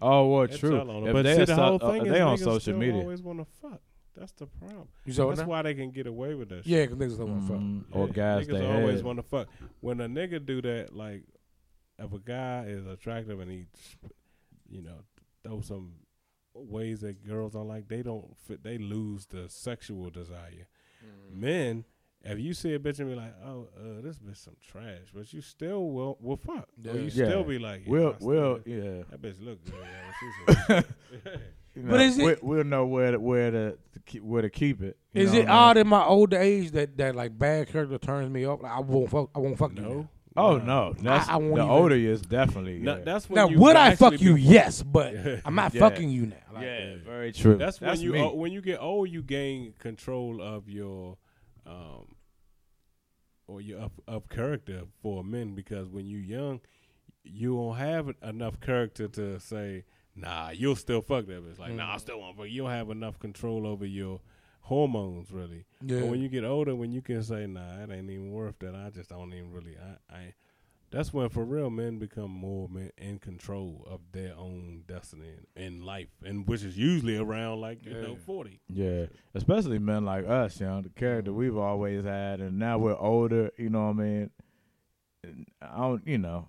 S2: Oh, well,
S3: That's
S2: true.
S3: all on 'em.
S2: If
S3: but
S2: they,
S3: see,
S2: are
S3: the
S2: so-
S3: whole
S2: uh,
S3: thing is
S2: they on
S3: niggas
S2: social
S3: still
S2: media,
S3: always want to fuck. That's the problem.
S1: You saw what
S3: That's
S1: now?
S3: why they can get away with that.
S1: Yeah,
S3: shit.
S1: because niggas don't want to fuck.
S2: Mhm. or guys
S3: niggas
S2: they
S3: always
S2: had.
S3: want to fuck. When a nigga do that, like if a guy is attractive and he, you know, throw some ways that girls don't like, they don't fit. They lose the sexual desire.
S1: Mm-hmm.
S3: Men, if you see a bitch and be like, "Oh, uh, this bitch some trash," but you still will will fuck. Or you
S1: Yeah.
S3: still
S2: Yeah.
S3: be like, yeah,
S2: We'll,
S3: I still-
S2: we'll, yeah.
S3: That bitch look good. Yeah, but she's a-
S2: You
S1: But
S2: know,
S1: is it-
S2: we, we'll know where to, where to, to keep, where to keep it. you
S1: Is
S2: know
S1: it
S2: what I
S1: odd
S2: mean?
S1: in my older age that, that like bad character turns me off? Like, I won't fuck. I won't fuck you. now.
S3: no.
S2: Oh
S3: Nah.
S2: no, that's
S1: I won't
S2: the
S1: even-
S2: older you is definitely.
S3: No,
S2: yeah.
S3: that's when
S1: Now,
S3: you
S1: would I
S3: actually
S1: fuck you?
S3: be-
S1: Yes, but
S3: Yeah.
S1: I'm not
S2: Yeah.
S1: fucking you now. Like,
S2: yeah, very true.
S3: That's, when you
S2: me.
S3: oh, when you get old, you gain control of your, um, or your up, up character for men because when you young, you don't have enough character to say nah. You'll still fuck that bitch. Like nah, I still want to fuck. You don't have enough control over your hormones really.
S1: Yeah.
S3: But when you get older, when you can say, "Nah, it ain't even worth that," I just don't even really. I, I that's when for real men become more men in control of their own destiny in, in life, and which is usually around like you know
S1: Yeah.
S3: forty.
S2: Yeah, especially men like us, you know, the character we've always had, and now we're older. You know what I mean? And I don't, you know.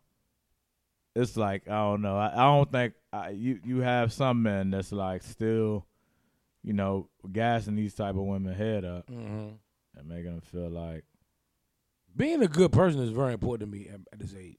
S2: It's like I don't know. I, I don't think I, you you have some men that's like still, you know, gassing these type of women head up
S1: Mhm.
S2: and making them feel like
S1: Being a good person is very important to me at, at this age.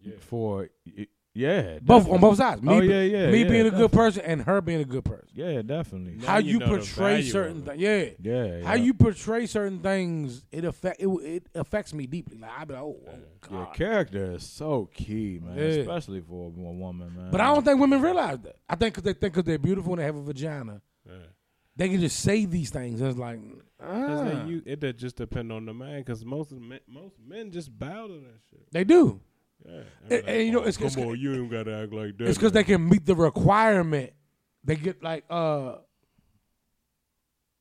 S3: Yeah.
S2: for y- yeah,
S1: Both
S2: definitely.
S1: on both sides. Me,
S2: oh
S1: be-
S2: yeah, yeah.
S1: me being
S2: yeah,
S1: a
S2: definitely.
S1: good person and her being a good person.
S2: Yeah, definitely.
S3: Now
S1: How
S3: you
S1: you
S3: know the
S1: portray
S3: value of
S1: certain
S3: it.
S1: things. Yeah.
S2: Yeah,
S1: How
S2: yeah.
S1: you portray certain things, it affect it, it affects me deeply. Like I be like, oh, oh,
S2: Your
S1: God.
S2: character is so key, man.
S1: Yeah.
S2: Especially for a woman, man.
S1: But I don't think women realize that. I think because they think because they're beautiful and they have a vagina,
S3: Yeah.
S1: they can just say these things. And it's like,
S3: Cause
S1: ah.
S3: they, you, it does just depend on the man. Cause most of the men, most men just bow to that shit.
S1: they do.
S3: Yeah, I'm
S1: And- and you know,
S3: "Oh,
S1: it's-
S3: come
S1: it's-
S3: on, you ain't gotta act like that.
S1: It's because they can meet the requirement. They get like uh,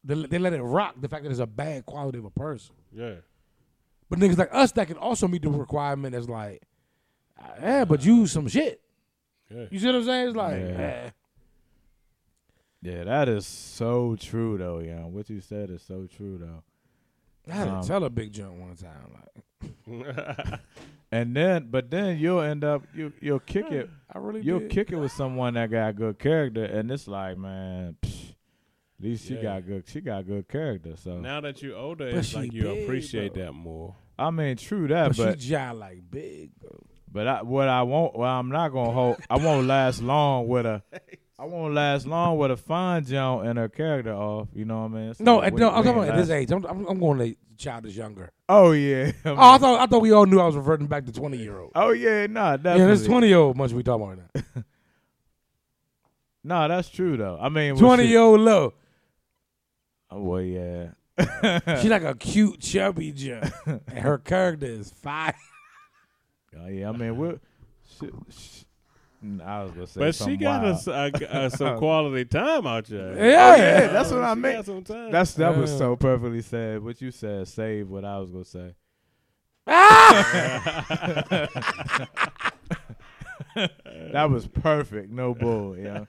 S1: they, they let it rock the fact that it's a bad quality of a person.
S3: yeah,
S1: But niggas like us that can also meet the requirement that's like, ah, yeah, but you some shit.
S3: yeah.
S1: You see what I'm saying? It's like,
S2: Yeah.
S1: eh.
S2: Yeah, that is so true though, yeah. What you said is so true though.
S1: "Ah, I had
S2: Um,
S1: to tell a big jump one time. Like,
S2: And then but then you'll end up you you'll kick it
S1: I really
S2: you'll
S1: did.
S2: kick it with someone that got good character and it's like, man, psh, at least she
S3: Yeah.
S2: got good she got good character. So
S3: now that you're older,
S1: But
S3: it's
S1: she
S3: like you
S1: big,
S3: appreciate
S1: bro.
S3: that more.
S2: I mean true that
S1: But,
S2: but
S1: she jive like big.
S2: But I, what I won't, well, I'm not gonna hold. I won't last long with a. I won't last long with a fine Joan and her character off. You know what I mean? It's
S1: No,
S2: like,
S1: at-
S2: we-
S1: no, I'm
S2: we
S1: talking
S2: ain't
S1: about at this
S2: last-
S1: age. I'm, I'm, I'm going to child is younger.
S2: Oh yeah.
S1: Oh, I thought I thought we all knew I was reverting back to twenty year old.
S2: oh yeah. Nah, definitely.
S1: Yeah, this twenty year old much we talking about right
S2: Nah, that's true though. I mean,
S1: now.
S2: well,
S1: Twenty
S2: shit-
S1: year old low.
S2: Oh, Well, yeah.
S1: She like a cute chubby jump, and her character is fire.
S2: Oh, yeah. I mean, we're. Shit, sh- I was gonna say.
S3: But she
S2: something
S3: got
S2: wild.
S3: us uh, g- uh, some quality time out there.
S1: Yeah,
S2: yeah, that's
S3: Oh,
S2: what I
S3: she
S2: meant.
S3: got some time.
S2: That's that was
S1: Yeah.
S2: so perfectly said. What you said saved what I was gonna say.
S3: Ah!
S2: that was perfect. No bull. Yeah,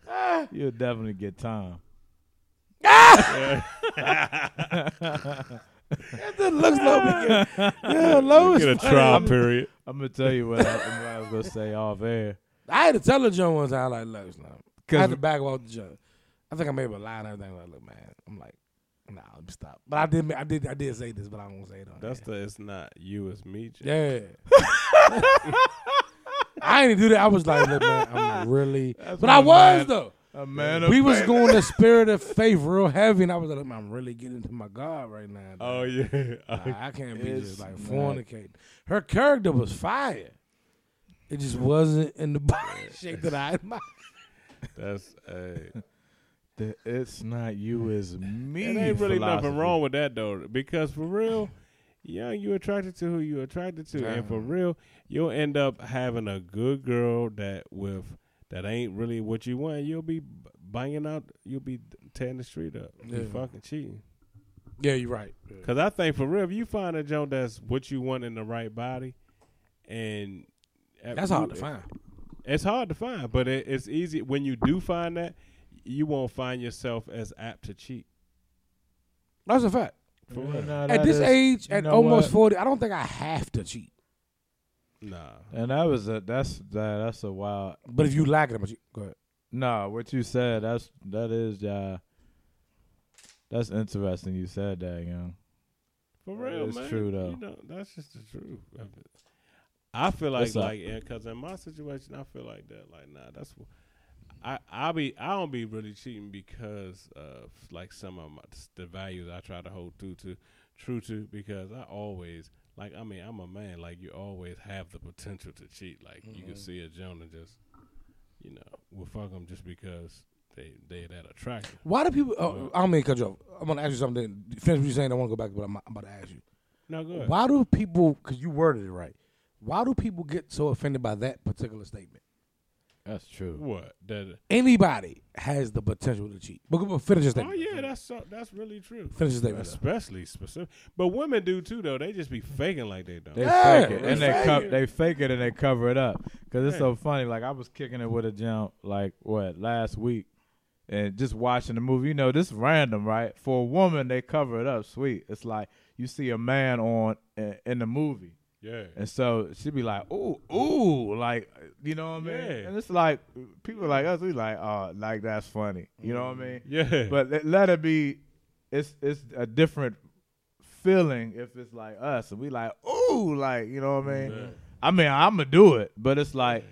S2: you'll definitely get time.
S3: Ah!
S1: It looks like we get, yeah, low
S3: get a
S1: as fuck.
S3: trial period.
S2: I'm gonna tell you what I, what I was gonna say off air.
S1: I had to tell her Joe one time like, look, son, I
S2: Cause
S1: had to back off the Joe. I think I made a lie and everything. Like, look, man, I'm like, nah, let me stop. But I did, I did, I did say this, but I won't say it on.
S3: That's
S1: air.
S3: the. It's not you. It's me. J-
S1: Yeah. I didn't do that. I was like, look, man, I'm really. but
S2: my
S1: I was,
S2: man-
S1: though.
S2: a man.
S1: We was going the spirit of faith real heavy, and I was like, look, man, I'm really getting to my God right now. dog.
S3: Oh yeah.
S1: Like, I can't be
S2: It's
S1: just like
S2: not-
S1: fornicating. Her character was fire. It just wasn't in the body shape that I admired.
S3: that's. Hey.
S2: The, it's not you, it's me.
S3: It ain't really nothing
S2: philosophy.
S3: wrong with that though, because for real, young you attracted to who you attracted to, and for real, you'll end up having a good girl that with that ain't really what you want. You'll be b- banging out, you'll be tearing the street up, you
S1: Yeah.
S3: fucking cheating.
S1: Yeah, you're right.
S3: Because I think for real, if you find a joint that's what you want in the right body, and
S1: That's hard to find.
S3: It's hard to find, but it, it's easy when you do find that. You won't find yourself as apt to cheat.
S1: That's a fact.
S3: For
S2: Yeah,
S3: real.
S2: nah,
S1: At
S2: that
S1: this
S2: is-
S1: age,
S2: you
S1: at
S2: know
S1: almost
S2: what?
S1: forty, I don't think I have to cheat.
S3: Nah.
S2: And that was a that's that, that's a wild.
S1: But if you lack it, I'm gonna cheat. Go ahead.
S2: Nah, what you said that's that is uh that's interesting. You said that, you know.
S3: For
S2: That
S3: real,
S2: is
S3: man.
S2: true, though.
S3: You know, that's just the truth. of it. I feel like
S2: What's up?
S3: like because in my situation, I feel like that. Like, nah, that's what I I be I don't be really cheating because of like some of my, the values I try to hold true to, true to because I always like I mean I'm a man like you always have the potential to cheat like you
S2: Mm-hmm.
S3: can see a Jonah just you know will fuck them just because they they that attractive.
S1: Why do people? Oh, I don't mean to cut you off. I'm gonna ask you something. Finish what you're saying. I want to go back to what I'm, I'm about to ask you.
S3: No good.
S1: Why do people? Because you worded it right. Why do people get so offended by that particular statement?
S2: That's true.
S3: What? That,
S1: Anybody has the potential to cheat. But but finish this thing.
S3: oh yeah, that's so- that's really true.
S1: Finish this thing.
S3: Especially specific, but women do too though. They just be faking like they don't.
S2: They
S1: Yeah,
S2: fake it
S1: they
S2: and they
S1: fake
S2: co-
S1: it.
S2: they fake it and they cover it up because it's so funny. Like I was kicking it with a jump like what last week, and just watching the movie. You know, this random right for a woman they cover it up. Sweet, it's like you see a man on in, in the movie,
S3: yeah.
S2: and so she'd be like, ooh ooh, like you know what I mean.
S3: Yeah.
S2: And it's like people like us, we like oh like that's funny. You know what I mean?
S3: Yeah.
S2: But let, let it be. It's it's a different feeling if it's like us and we like ooh like you know what I mean. I mean I'm gonna do it, but it's like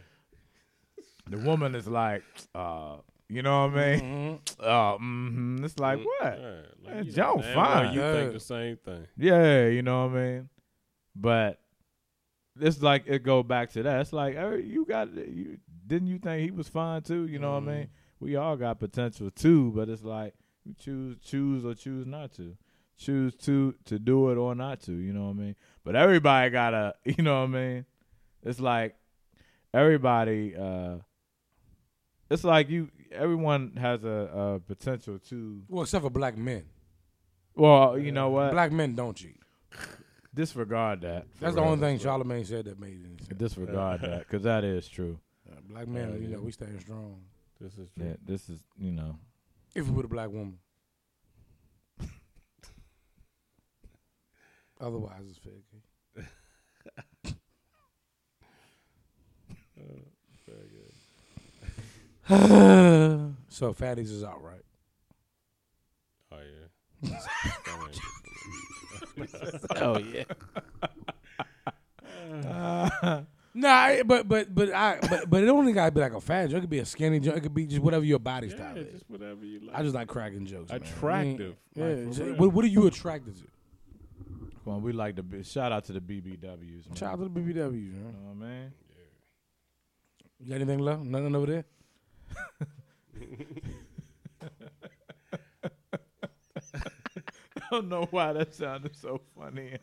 S2: the woman is like uh you know what
S1: Mm-hmm.
S2: I mean. Uh, mhm. It's like what?
S3: Alright, like,
S2: Man,
S3: you
S2: Joe
S3: know, damn well
S2: fine.
S3: You
S1: Yeah.
S3: think the same thing.
S2: Yeah, you know what I mean. But it's like it go back to that. It's like oh, you got you didn't you think he was fine too? You know
S1: Mm-hmm.
S2: what I mean. We all got potential too, but it's like you choose choose or choose not to. Choose to to do it or not to. You know what I mean. But everybody got to You know what I mean. It's like everybody. uh It's like you. Everyone has a, a potential to.
S1: Well, except for black men.
S2: Well, you know what?
S1: Black men don't cheat.
S2: Disregard that.
S1: That's the only thing Charlemagne said that made any sense.
S2: disregard that because that is true.
S1: Uh, Black men,
S3: Yeah,
S1: you
S3: yeah.
S1: know, we stand strong.
S3: This is true.
S2: Yeah, this is you know.
S1: If we were a black woman. Otherwise, it's fake.
S3: Uh, Very good.
S1: so fatties is out, right?
S3: Oh yeah. That ain't-
S2: oh yeah.
S1: Nah, I- but but but I but, but it only gotta be like a fat joke. It could be a skinny joke. It could be just whatever your body
S3: yeah,
S1: style is.
S3: just whatever you like.
S1: I just like cracking jokes. man.
S3: Attractive,
S1: Yeah.
S3: like, for
S1: so
S3: real.
S1: what, what are you attracted to?
S2: Come on, we like the B- shout out to the BBWs. Man.
S1: Shout out to the BBW.
S2: You know what I mean?
S1: You got anything left? Nothing over there.
S2: I don't know why that sounded so funny.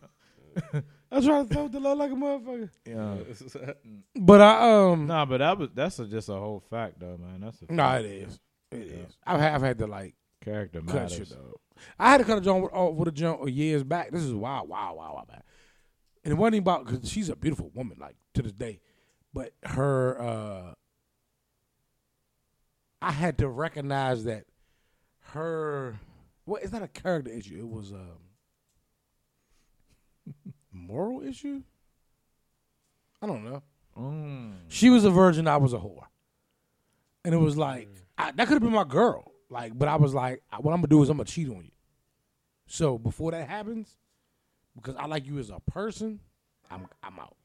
S1: I try to throw the love like a motherfucker.
S2: Yeah.
S1: But I um
S2: Nah, but that was that's a, just a whole fact though, man. That's a
S1: no, nah, it is. It is. I've had, I've had to like
S2: character
S1: cut
S2: matters.
S1: shit though. I had to cut a joint with, uh, with a joint years back. This is wow, wow, wow, wow back. And it wasn't even about because she's a beautiful woman, like to this day. But her, uh I had to recognize that her. Well, it's not a character issue. It was um, a moral issue. I don't know.
S2: Mm.
S1: She was a virgin. I was a whore. And it was like I, that could have been my girl. Like, but I was like, I- what I'm gonna do is I'm gonna cheat on you. So before that happens, because I like you as a person, I'm I'm out.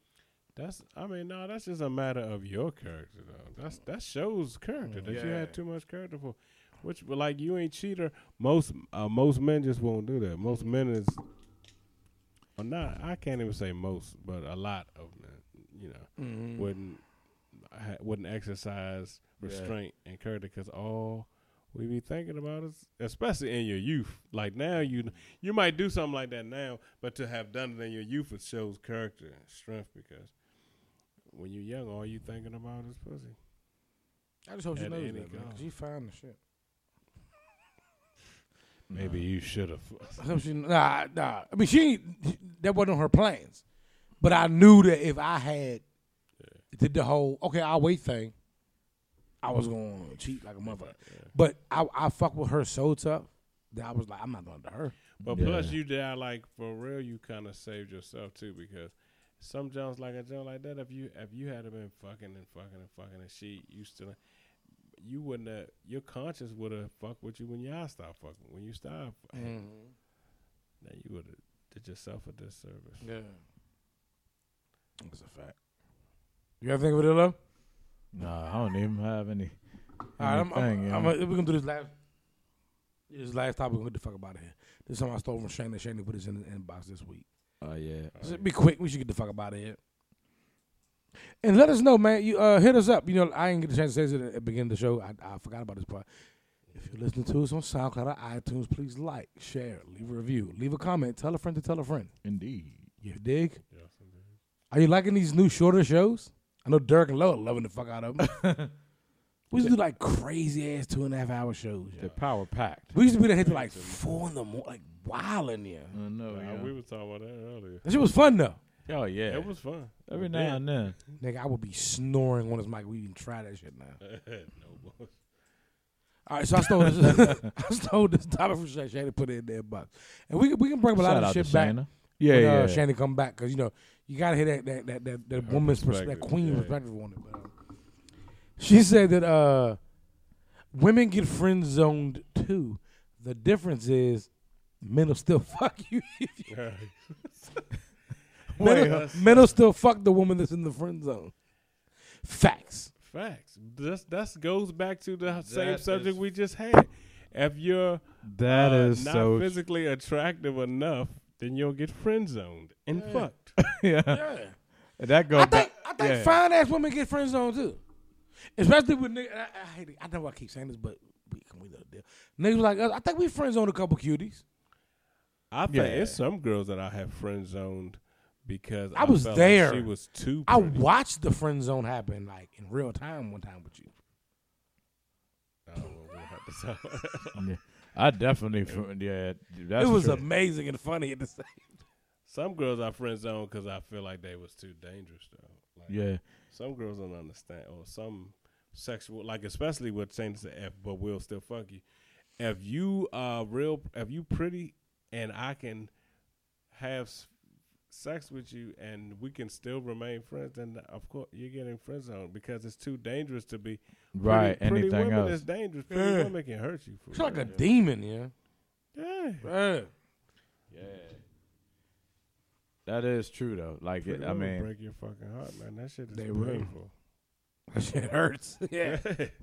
S3: That's I mean, no, that's just a matter of your character though. That's that shows character that you
S2: Yeah.
S3: had too much character for. Which but like you ain't cheater. Most uh, most men just won't do that. Most men is or not I can't even say most, but a lot of men, you know,
S1: Mm.
S3: wouldn't ha- wouldn't exercise restraint and character because all we be thinking about is especially in your youth. Like now you you might do something like that now, but to have done it in your youth it shows character and strength because when you're young, all you thinking about is pussy.
S1: I just hope she
S3: At
S1: knows
S3: any
S1: that, man.
S3: cost.
S1: She fine as shit.
S3: Maybe you should have.
S1: I hope she nah nah. I mean, she ain't- that wasn't on her plans, but I knew that if I had did the whole okay I'll wait thing, I was gonna cheat like a motherfucker. But I I fuck with her so tough that I was like I'm not gonna do her.
S3: But
S2: Yeah.
S3: plus, you did like for real. You kind of saved yourself too because some Jones like a Jones like that. If you if you had been fucking and fucking and fucking and she you still you wouldn't have, your conscience would have fucked with you when y'all stopped fucking when you stopped
S2: Mm-hmm.
S3: fucking. then you would have did yourself a disservice.
S1: Yeah. That's a fact. You ever think of it, love?
S2: Nah, I don't even have any.
S1: All right, I'm,
S2: anything,
S1: I'm,
S2: you
S1: I'm,
S2: know?
S1: we're gonna do this last. This last topic, we're gonna get the fuck about here. This is something I stole from Shane. Shane put this in the inbox this week.
S2: oh yeah.
S1: So be quick. We should get the fuck about here. And let us know, man. You uh, hit us up. You know, I didn't get a chance to say this at the beginning of the show. I, I forgot about this part. If you're listening to us on SoundCloud or iTunes, please like, share, leave a review, leave a comment, tell a friend to tell a friend.
S2: Indeed.
S1: You dig?
S3: Yes, indeed.
S1: Are you liking these new shorter shows? I know Dirk and Lowe are loving the fuck out of them. We used to do like crazy ass two and a half hour shows. yo.
S2: They're power packed.
S1: We used to be there hit till like four in the morning, like wild in there.
S2: I know.
S3: Nah,
S2: Oh, yeah.
S3: we was talking about that earlier.
S1: That shit was fun though.
S2: oh yeah.
S3: It was fun.
S2: Every now and then.
S1: Nigga, I would be snoring on this mic. We even try that shit now.
S3: no boy.
S1: All right, so I stole this. I stole this topic from Shay. Shannon put it in their box, and we can- we can bring a lot
S2: Shout
S1: of
S2: out
S1: shit
S2: to
S1: back.
S2: Shayna. Yeah,
S1: when,
S2: yeah.
S1: Uh, Shannon come back because you know you gotta hear that that that that, that
S3: Her
S1: woman's perspective, that
S3: perspective,
S1: queen
S3: yeah.
S1: perspective on it. But, um, she said that uh, women get friend zoned too. The difference is men will still fuck you.
S2: Wait,
S1: men, will, men will still fuck the woman that's in the friend zone. Facts.
S3: Facts. That's that goes back to the same
S2: That
S3: subject
S2: is-
S3: we just had. If you're
S2: That
S3: uh,
S2: is
S3: not
S2: so.
S3: physically attractive enough, then you'll get friend zoned and
S1: Mm.
S3: fucked.
S2: yeah.
S1: Yeah.
S2: That go
S1: I
S2: back.
S1: think I think
S2: yeah.
S1: fine ass women get friend zoned too, especially with niggas. I, I hate it. I know I keep saying this, but we can we know the deal. Niggas like us. I think we friend zoned a couple cuties.
S3: I think
S2: Yeah.
S3: it's some girls that I have friend zoned because
S1: I was
S3: felt like
S1: there.
S3: she was too.
S1: I
S3: pretty.
S1: watched the friend zone happen like in real time one time with you.
S3: Oh, well, we'll have to talk about that.
S2: Yeah. I definitely. fr- Yeah. That's
S1: it was
S2: true.
S1: amazing and funny at the same.
S3: some girls I friend zoned because I feel like they was too dangerous though. Like,
S2: Yeah.
S3: Some girls don't understand, or some sexual, like especially with changes to F, but we'll still fuck you. If you are real, if you pretty, and I can have s- sex with you, and we can still remain friends, then of course you're getting friend zoned because it's too dangerous to be pretty-
S2: Right.
S3: Pretty,
S2: Anything
S3: women
S2: else?
S3: is dangerous. Pretty
S1: Yeah.
S3: women can hurt you. For
S1: She's like a
S3: real.
S1: demon, yeah.
S3: yeah.
S1: Right.
S2: Yeah. That is true though. Like
S3: Pretty
S2: it, I
S3: women
S2: mean,
S3: break your fucking heart, man. That shit is
S1: They will.
S3: painful.
S1: That shit hurts. Yeah.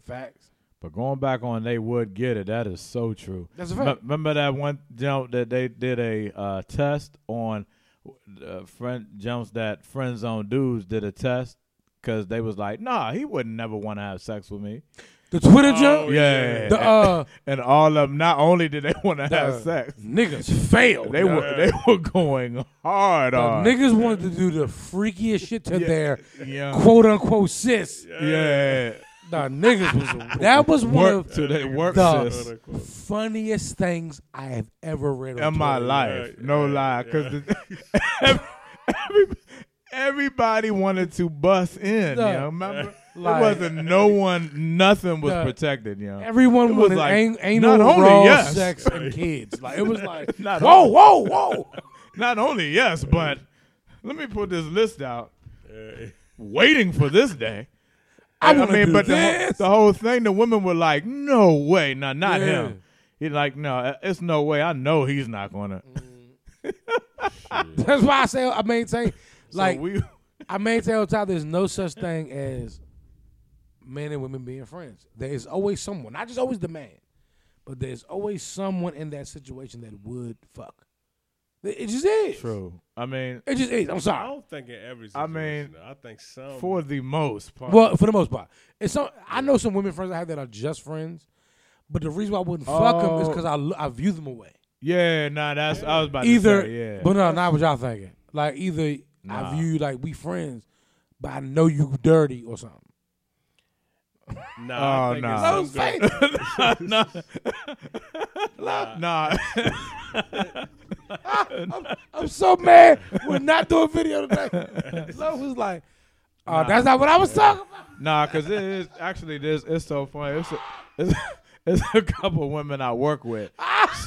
S1: Facts.
S2: but going back on, they would get it. That is so true.
S1: That's a
S2: M-
S1: fact.
S2: remember that one jump that they did a uh, test on uh, friend jumps that friend zone dudes did a test because they was like, nah, he would never want to have sex with me.
S1: The Twitter
S3: Oh,
S1: jump.
S2: yeah.
S1: The uh
S2: and all of them, not only did they want to
S1: the
S2: have sex,
S1: niggas failed.
S2: they were they were going hard
S1: The
S2: on
S1: niggas wanted to do the freakiest shit to
S2: Yeah.
S1: their
S2: yeah,
S1: quote unquote sis.
S2: yeah.
S1: The niggas was that was one
S2: Work
S1: of
S2: to they work
S1: the
S2: sis.
S1: funniest things I have ever read on
S2: in my
S1: Twitter.
S2: life.
S3: Right,
S2: No
S3: right,
S2: lie,
S3: yeah.
S2: because every, everybody wanted to bust in.
S1: Nah,
S2: you know, remember,
S1: like-
S2: it wasn't no one, nothing was
S1: Nah, protected.
S2: protected. You know,
S1: Everyone
S2: It
S1: wanted
S2: was like,
S1: an- anal,
S2: not only
S1: raw
S2: yes.
S1: sex, and kids. Like it was like,
S2: Not
S1: whoa, whoa, whoa.
S2: not only yes, but let me put this list out.
S3: Yeah.
S2: Waiting for this day.
S1: I wanna do
S2: but the whole-
S1: this.
S2: The, whole thing, the women were like, "No way, no, not
S1: Yeah.
S2: him." He like, "No, uh, it's no way. I know he's not gonna."
S1: That's why I say I maintain, like
S2: so we,
S1: I maintain all the time. There's no such thing as men and women being friends. There is always someone, not just always the man, but there's always someone in that situation that would fuck. It it just is.
S2: true. I mean,
S1: It just is. I'm
S3: I
S1: sorry.
S3: don't think in every
S2: I
S3: situation.
S2: mean,
S3: though. I think some.
S2: for the most part,
S1: Well, for the most part, it's some. I know some women friends I have that are just friends, but the reason why I wouldn't fuck them is
S2: Oh.
S1: because I lo- I view them away.
S2: Yeah, nah, that's I was about
S1: either,
S2: to say, yeah.
S1: but no, not what y'all thinking. Like either I
S2: Nah.
S1: view you like we friends, but I know you dirty or something.
S3: Nah,
S2: Oh,
S3: I think
S2: nah.
S3: it's
S2: No,
S3: some
S1: No
S3: girl-
S1: face.
S2: no, nah,
S1: I'm so mad we're not doing video today. Love was like, oh, that's not what I was talking about.
S2: nah, because it is actually this. It's so funny. It's a, it's, it's a couple women I work with.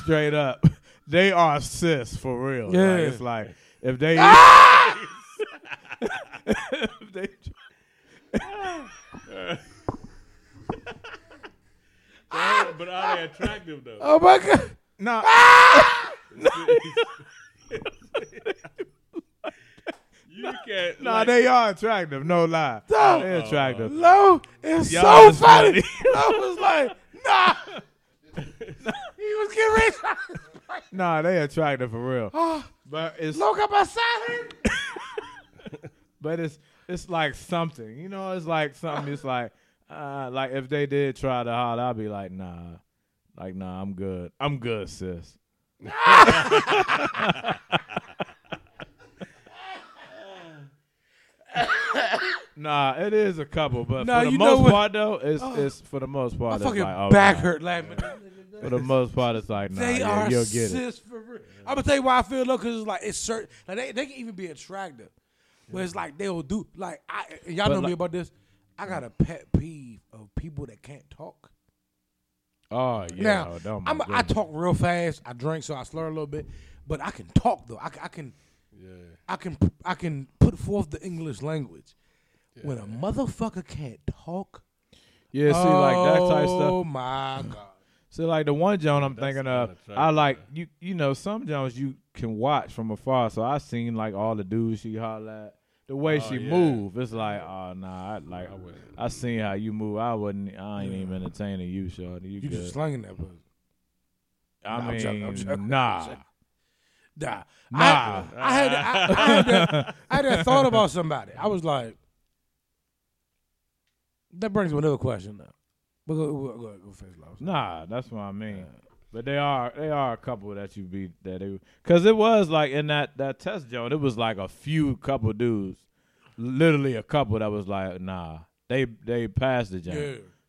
S2: Straight up, they are cis for real.
S1: Yeah. Ah!
S2: like, it's like if they, if they
S3: But- but are they attractive though?
S1: Oh my god.
S2: nah,
S3: you can't.
S2: nah,
S3: like,
S2: they are attractive. No lie,
S1: Dog.
S2: they attractive.
S1: Lo is
S2: Y'all
S1: so
S2: is
S1: funny.
S2: funny.
S1: Love was like, nah. he was getting ready.
S2: Nah, they attractive for real.
S1: oh,
S2: But it's
S1: Lo got my side.
S2: but it's it's like something, you know. It's like something. It's like, uh, like if they did try to holler, I'd be like, nah, like nah, I'm good, I'm good, sis. Nah, it is a couple, but
S1: Nah,
S2: for the
S1: you know
S2: most
S1: what?
S2: part though, it's
S1: Oh.
S2: it's for the most
S1: My
S2: part. it's
S1: fucking
S2: like, oh,
S1: back
S2: nah.
S1: hurt laughing.
S2: For the most part, it's like nah,
S1: They
S2: yeah,
S1: are
S2: you'll get it.
S1: sis for real. I'm gonna tell you why I feel though, cause it's like it's certain. Like they, they can even be attractive, but it's like they'll do like I. and Y'all
S2: But
S1: know me
S2: like-
S1: about this. I got a pet peeve of people that can't talk.
S2: Oh yeah,
S1: now
S2: oh, my
S1: I'm a, I
S2: goodness.
S1: talk real fast. I drink, so I slur a little bit, but I can talk though. I, c- I can,
S3: Yeah.
S1: I can, I can put forth the English language. When a motherfucker can't talk,
S2: yeah, see like that type stuff.
S1: Oh my god.
S2: So like the one Jones I'm
S3: That's
S2: thinking of,
S3: unattractive.
S2: I like you. You know, some Jones you can watch from afar. So I seen like all the dudes she holler at, the way
S3: Oh,
S2: she
S3: yeah.
S2: move. It's like, oh nah, I, like
S3: I wouldn't.
S2: I, seen how you move. I wouldn't. I ain't even entertaining you, Shorty. You,
S1: You
S2: good.
S1: just slanging that pussy.
S2: I
S1: Nah, I'm
S2: mean,
S1: joking, I'm joking,
S2: nah.
S1: I'm joking. Nah.
S2: Nah.
S1: I, I had I, I had that, I had that thought about somebody. I was like, that brings me another question though. But go, go, go, go face loss.
S2: Nah, that's what I mean. But they are they are a couple that you beat that they because it was like in that that test joint it was like a few couple dudes, literally a couple that was like nah they they passed the joint.
S1: Yeah.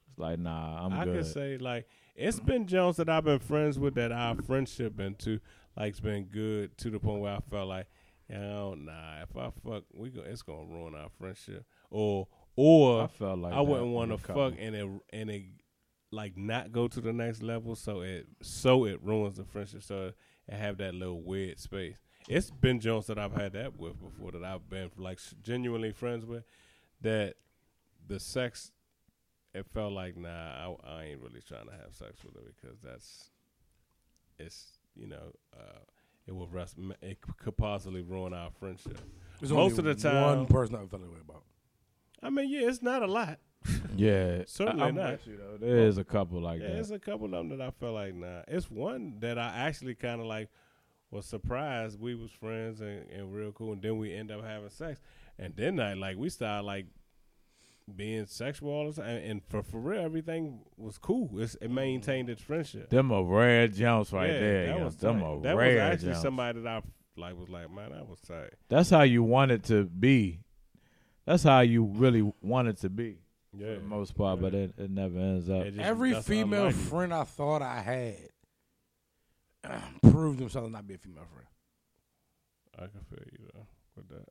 S2: It's like nah I'm
S3: I
S2: good.
S3: can say like it's been Jones that I've been friends with that our friendship been to like's been good to the point where I felt like, you know, nah, if I fuck we go it's gonna ruin our friendship. Or or
S2: I felt like
S3: I wouldn't want to
S2: to
S3: fuck and it and it like not go to the next level, so it so it ruins the friendship. So it have that little weird space. It's been Jones that I've had that with before that I've been like genuinely friends with. That the sex, it felt like nah, I, I ain't really trying to have sex with her because that's it's you know uh, it will rest. It could possibly ruin our friendship.
S1: There's
S3: Most of the time-
S1: one person I felt that way about.
S3: I mean, yeah, it's not a lot.
S2: Yeah,
S3: Certainly
S2: I, I'm
S3: not.
S2: with you, though. There is a couple like
S3: Yeah,
S2: that.
S3: it's a couple of them that I felt like nah. It's one that I actually kind of like was surprised we was friends and, and real cool, and then we end up having sex, and then I like we started like being sexual all the time, and, and for for real everything was cool. It's, it maintained its friendship.
S2: Them a rare Jones right
S3: Yeah,
S2: there.
S3: that
S2: yo.
S3: was
S2: Them
S3: tight.
S2: a
S3: that was
S2: rare
S3: actually
S2: Jones.
S3: somebody that I like was like man, I was tight.
S2: That's how you want it to be. That's how you really want it to be
S3: Yeah,
S2: for the most part. But it, uh, it never ends up.
S3: It just-
S1: Every
S3: that's
S1: female
S3: unlike you.
S1: friend I thought I had proved themselves to not be a female friend.
S3: I can feel you though with that.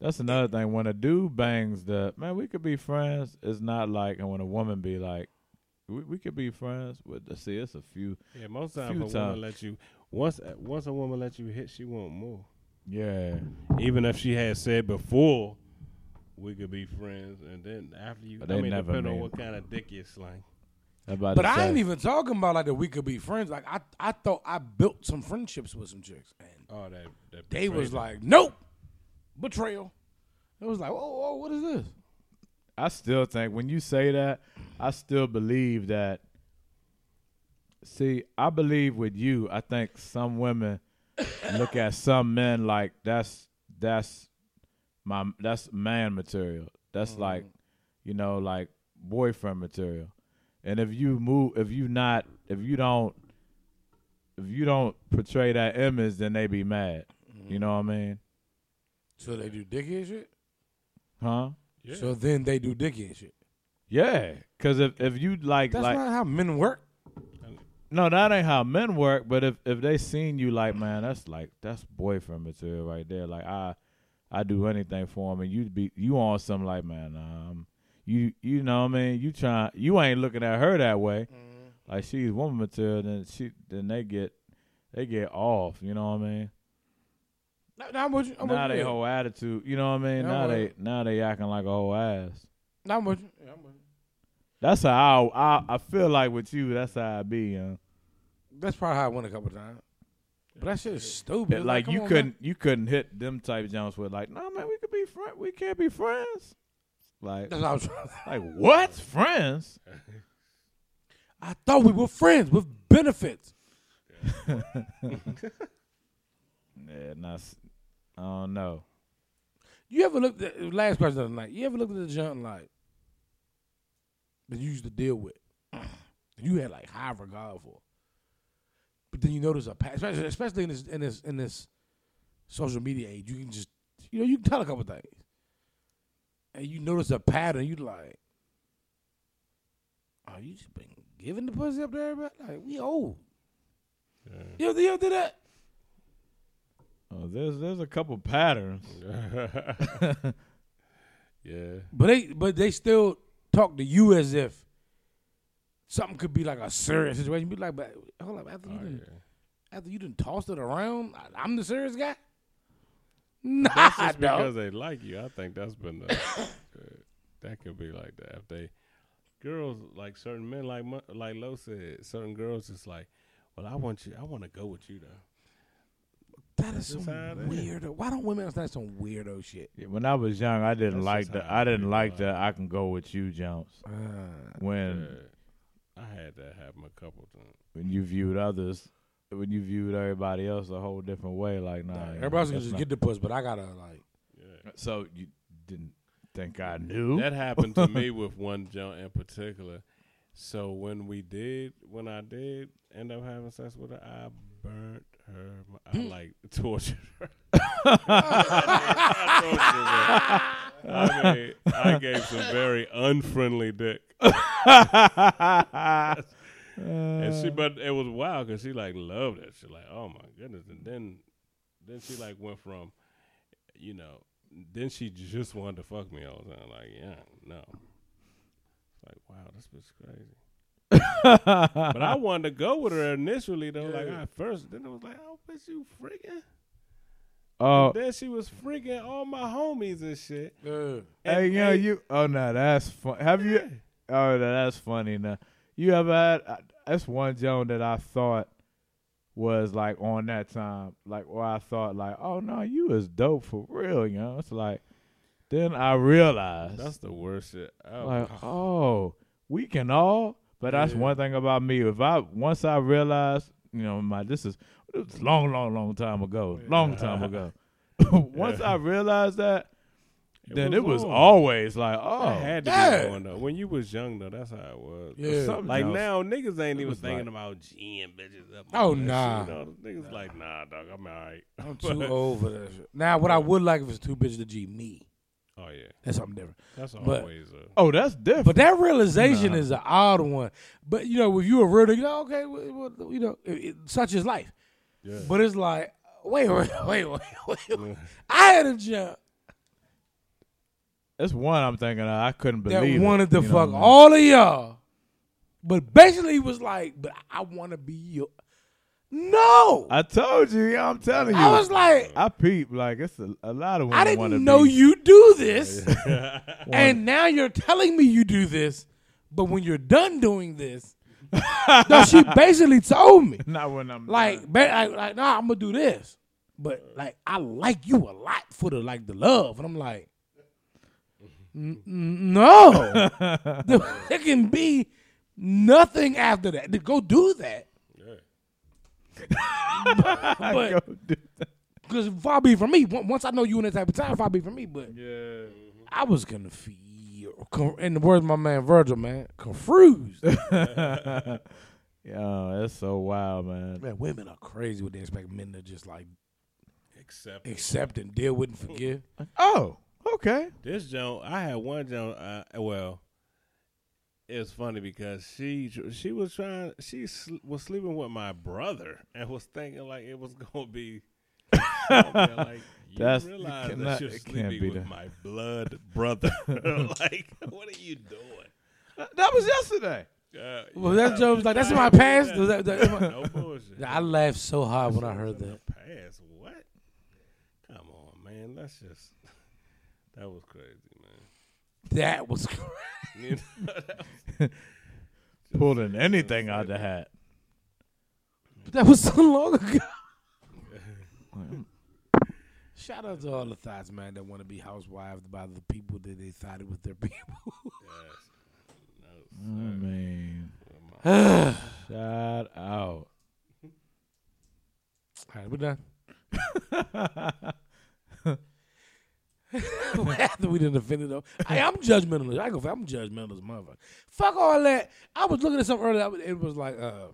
S2: That's another thing. When a dude bangs the man, we could be friends. It's not like, and when a woman be like, we, we could be friends. But see, it's a few.
S3: Yeah, most times
S2: Few
S3: a
S2: times.
S3: woman let you once once a woman let you hit, she want more.
S2: Yeah,
S3: even if she had said before we could be friends, and then after you,
S2: But
S3: I
S2: they
S3: mean,
S2: never
S3: depending on
S2: mean
S3: what
S2: it.
S3: kind of dick you slang.
S2: I'm about
S1: But
S2: to
S1: I
S2: say.
S1: ain't even talking about like that we could be friends. Like I, I thought I built some friendships with some chicks. And
S3: Oh, that, that
S1: they was
S3: betrayal.
S1: like, nope, betrayal. It was like, oh, oh, what is this?
S2: I still think when you say that, I still believe that. See, I believe with you. I think some women look at some men like that's that's my that's man material. That's like you know like boyfriend material. And if you move, if you not, if you don't, if you don't portray that image, then they be mad. You know what I mean?
S1: So they do dickhead shit.
S2: Huh?
S3: Yeah.
S1: So then they do dickhead shit.
S2: Yeah. Cause if if you like
S1: That's
S2: like
S1: not how men work.
S2: No, that ain't how men work. But if if they seen you like, man, that's like that's boyfriend material right there. Like I, I do anything for him, and you be you on some like, man, um, you you know what I mean? You trying you ain't looking at her that way. Like she's woman material, then she then they get they get off. You know what I mean?
S1: Now, now I'm with you. I'm
S2: now
S1: with
S2: they
S1: you.
S2: whole attitude. Oh, You know what I mean?
S1: Yeah,
S2: now
S1: I'm
S2: they
S1: with
S2: now they acting like a whole ass.
S1: Now I'm with you. Yeah, I'm with you.
S2: That's how I I, I feel like with you. That's how I be, young.
S1: That's probably how I went a couple times. But that shit is stupid.
S2: That,
S1: It's
S2: like
S1: come
S2: you
S1: on,
S2: couldn't you couldn't hit them type Jones with like, no man, we could be friends. We can't be friends. Like
S1: man. That's what I was trying to say.
S2: like what friends?
S1: I thought we were friends with benefits.
S2: Yeah, not. I don't know.
S1: You ever looked at last question of the night? You ever looked at the junk like that you used to deal with? You had like high regard for, but then you notice a pattern, especially, especially in this in this in this social media age. You can just you know you can tell a couple things. and you notice a pattern, you like, oh, you just been giving the pussy up to everybody? Like, we old.
S3: Yeah.
S1: You ever, you ever did that?
S2: Oh, there's there's a couple patterns.
S3: yeah.
S1: But they but they still talk to you as if something could be like a serious situation. Be like, but hold up, after
S3: Oh,
S1: you done,
S3: yeah.
S1: after you done tossed it around, I, am the serious guy. Nah,
S3: That's just
S1: dawg.
S3: because they like you. I think that's been the, uh, that could be like that. If they girls like certain men, like Mo- like Lo said, certain girls just like, well, I want you. I want to go with you though.
S1: That is some
S3: That's how it is.
S1: weirdo. Why don't women understand some weirdo shit?
S2: Yeah, When I was young, I didn't
S3: That's
S2: like
S3: just
S2: the
S3: how
S2: I
S3: it
S2: didn't
S3: is,
S2: like
S3: like-
S2: the I can go with you, Jones. When
S3: Uh, I had that happen a couple times.
S2: when you viewed others, when you viewed everybody else a whole different way, like nah. you know,
S1: Everybody else can
S2: that's
S1: just
S2: not-
S1: get the puss, but I gotta like.
S3: Yeah.
S2: So you didn't think I knew?
S3: That happened to me with one joint in particular. So when we did, when I did end up having sex with her, I burnt her. I like tortured her. I, tortured her. I mean, I gave some very unfriendly dick,
S2: Uh,
S3: and she. But it was wild because she like loved it. She like, oh my goodness. And then, then she like went from, you know, then she just wanted to fuck me all the time. Like, yeah, no. Like, wow, this bitch crazy. But I wanted to go with her initially though. Like
S1: Yeah.
S3: at first, then it was like, oh, bitch, you freaking.
S2: oh,
S3: then she was freaking all my homies and shit.
S1: Uh,
S3: And-
S2: hey, yo,
S3: and-
S2: you. Oh no, that's fun. Have you? Oh, no, that's funny. Now you ever had? I- That's one Joan that I thought was like on that time, like where I thought like, oh no, you is dope for real, you know. It's like then I realized
S3: That's the worst shit. ever.
S2: like, oh, we can all. But that's
S1: Yeah.
S2: one thing about me. If I once I realized, you know, my this is it was long, long, long time ago, long time ago. once I realized that,
S3: It
S2: then
S3: was
S2: it was
S3: on.
S2: always like,
S3: I
S2: oh,
S3: had to
S1: yeah.
S3: be going though. When you was young though, that's how it was.
S1: Yeah.
S2: Something
S3: Like
S2: else.
S3: now, niggas ain't even
S2: was
S3: thinking
S2: like-
S3: about G and bitches up.
S1: Oh,
S3: on that
S1: nah.
S3: shit, you know? niggas like nah, dog. I'm alright.
S1: I'm too old for that shit. Now, what I would like if it's two bitches to G me.
S3: Oh yeah,
S1: That's something different.
S3: that's
S1: But-
S3: always a.
S2: oh, that's different.
S1: But that realization is an odd one. But you know, if you a real nigga, you know, okay, well, well, you know, it, it, such is life.
S3: Yeah.
S1: But it's like, wait, wait, wait, wait, wait. wait. I had a jump
S2: That's one I'm thinking of. I couldn't
S1: that
S2: believe it,
S1: wanted to
S2: you know
S1: fuck
S2: what I mean?
S1: all of y'all, but basically he was like, but I want to be you. No, I,
S2: I told you, yeah, I'm telling you.
S1: was like,
S2: I peeped like it's a, a lot of women.
S1: I
S2: wanna
S1: didn't know
S2: be-
S1: you do this,
S2: wanna-
S1: and now you're telling me you do this. But when you're done doing this, no, she basically told me.
S2: not when I'm
S1: like, ba- like, like, nah, I'm gonna do this, but like, I like you a lot for the like the love, and I'm like, "N- n- no, there can be nothing after that. To Go do that,
S2: I
S1: but-
S2: go do that.
S1: because far be from me. on- Once I know you in that type of time, far be from me. But
S3: Yeah.
S1: I was confused. Con- In the words of my man Virgil, man, confused.
S2: Yo, that's so wild, man.
S1: man, women are crazy. What they expect men to just like
S3: Except
S1: accept and deal with and forgive.
S2: Oh, okay.
S3: This Joan, I had one Joan. Uh, well, it's funny because she she was trying. She sl- was sleeping with my brother and was thinking like it was gonna be. something like you
S2: That's- you
S3: realize that
S2: cannot-
S3: you're
S2: it can't
S3: sleeping
S2: be
S3: with
S2: that.
S3: my blood brother. like, what are you doing?
S2: That was yesterday.
S3: Uh,
S1: Well, that Joe was like, "That's in my past." Was that- that-
S3: no bullshit.
S1: I laughed so hard when I
S3: That's
S1: heard
S3: in
S1: that.
S3: the Past what? Come on, man. That's just that was crazy, man.
S1: That was crazy.
S3: You know, that
S2: Pulling anything out the hat.
S1: That was so long ago. Shout out to all the thoughts, man, that want to be housewives by the people that they thought it was their people.
S3: was-
S2: I mean,
S1: all
S2: shout out.
S1: right, we're done. After we didn't offend it, though. I, I'm judgmental. I go, I'm judgmental as a motherfucker. Fuck all that. I was looking at something earlier. I was- It was like, uh,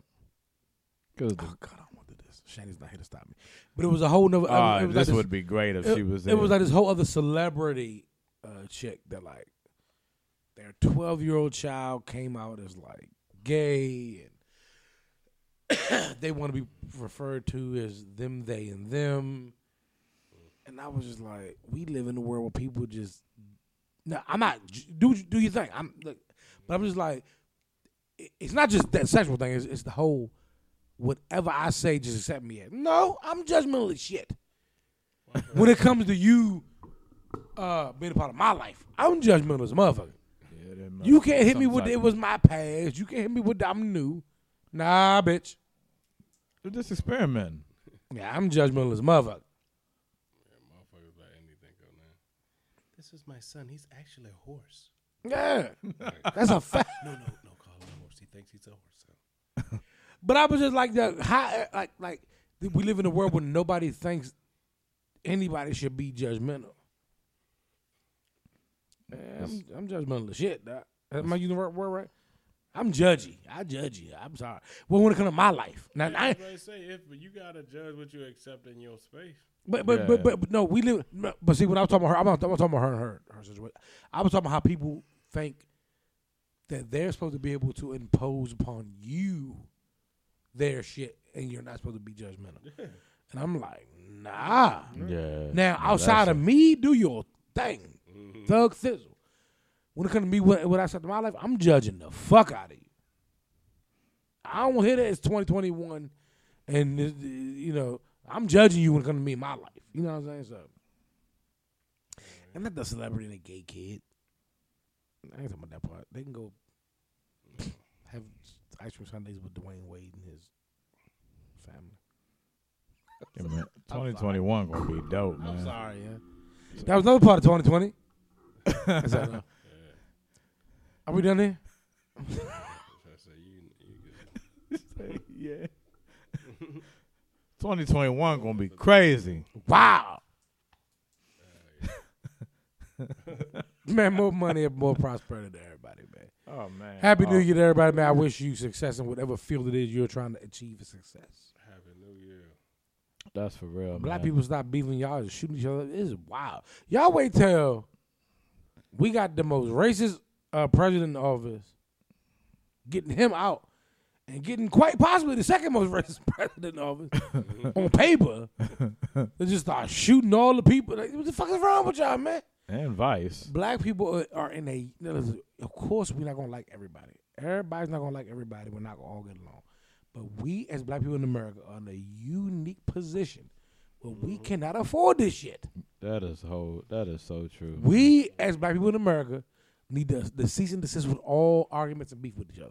S2: Cause
S1: oh, God, I want to do this. Shani's not here to stop me. But it was a whole nother. it was like
S2: this would be great if
S1: it,
S2: she was.
S1: it was like this whole other celebrity uh, chick that like their twelve year old child came out as like gay and they want to be referred to as them, they, and them. And I was just like, we live in a world where people just no. I'm not do do you think I'm, look, but I'm just like, it- it's not just that sexual thing. It's, it's the whole whatever I say, just accept me. As. No, I'm judgmental as shit. when it comes to you uh, being a part of my life, I'm judgmental as a motherfucker.
S2: Yeah, that
S1: You
S2: motherfucker
S1: can't hit me
S2: something
S1: with
S2: like-
S1: it was my past. You can't hit me with I'm new. Nah, bitch.
S2: They're just experimenting.
S1: Yeah, I'm judgmental as a motherfucker.
S3: Motherfuckers let anything go now. This is my son. He's actually a horse.
S1: Yeah, that's a fact.
S3: No, no, no, call him a horse. He thinks he's a horse.
S1: But I was just like that. How like like we live in a world where nobody thinks anybody should be judgmental. Man, I'm, I'm judgmental as shit. Dog. Am I using the word, word right? I'm judgy. I judge you. I'm sorry. Well, when it comes to my life, now, I,
S3: They say if, but you gotta judge what you accept in your space.
S1: but but, but
S2: Yeah.
S1: but but no, we live. no, But see, when I was talking about her, I'm not, I'm not talking about her and her, her situation. I was talking about how people think that they're supposed to be able to impose upon you their shit, and you're not supposed to be judgmental. And I'm like, nah.
S2: Yeah.
S1: Now outside of me, do your thing, thug thizzle. When it comes to me, what, what I said to my life, I'm judging the fuck out of you. I don't want to hear that. It's 2021, and this- you know I'm judging you when it comes to me in my life. You know what I'm saying? So, I'm not the celebrity and the gay kid. I ain't talking about that part. They can go have ice cream sundaes with Dwayne Wade and his family.
S2: Yeah, man. 2021 gonna be dope, man.
S1: I'm sorry, yeah. That was another part of 2020. That's all I know. Are we done here?
S3: I say you, you
S2: yeah. 2021 gonna be crazy.
S1: Wow. man, more money and more prosperity to everybody, man.
S2: Oh man.
S1: Happy New
S2: Oh,
S1: Year to everybody, man. I wish you success in whatever field it is you're trying to achieve a success.
S3: happy New Year.
S2: That's for real.
S1: Black
S2: man.
S1: people stop beefing y'all and shooting each other. This is wild. Y'all wait till we got the most racist uh, president in office, getting him out, and getting quite possibly the second most racist president in office on paper. they just start shooting all the people. Like, what the fuck is wrong with y'all, man?
S2: and Vice.
S1: Black people are, are in a. Of course, we're not gonna like everybody. Everybody's not gonna like everybody. We're not gonna all get along. But we, as black people in America, are in a unique position where we cannot afford this shit.
S2: That is whole. That is so true.
S1: We, as black people in America, need to, to cease and desist with all arguments and beef with each other.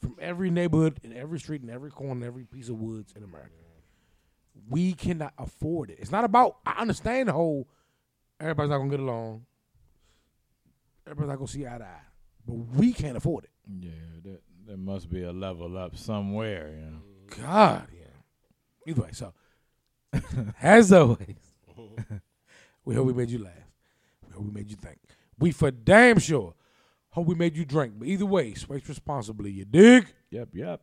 S1: From every neighborhood, in every street, in every corner, in every piece of woods in America. We cannot afford it. It's not about, I understand the whole everybody's not going to get along, everybody's not going to see eye to eye, but we can't afford it.
S2: yeah. That, there must be a level up somewhere. You know.
S1: God, yeah. Either way, so as always, we hope we made you laugh. We hope we made you think. We for damn sure hope we made you drink. But either way, space responsibly. You dig?
S2: Yep. Yep.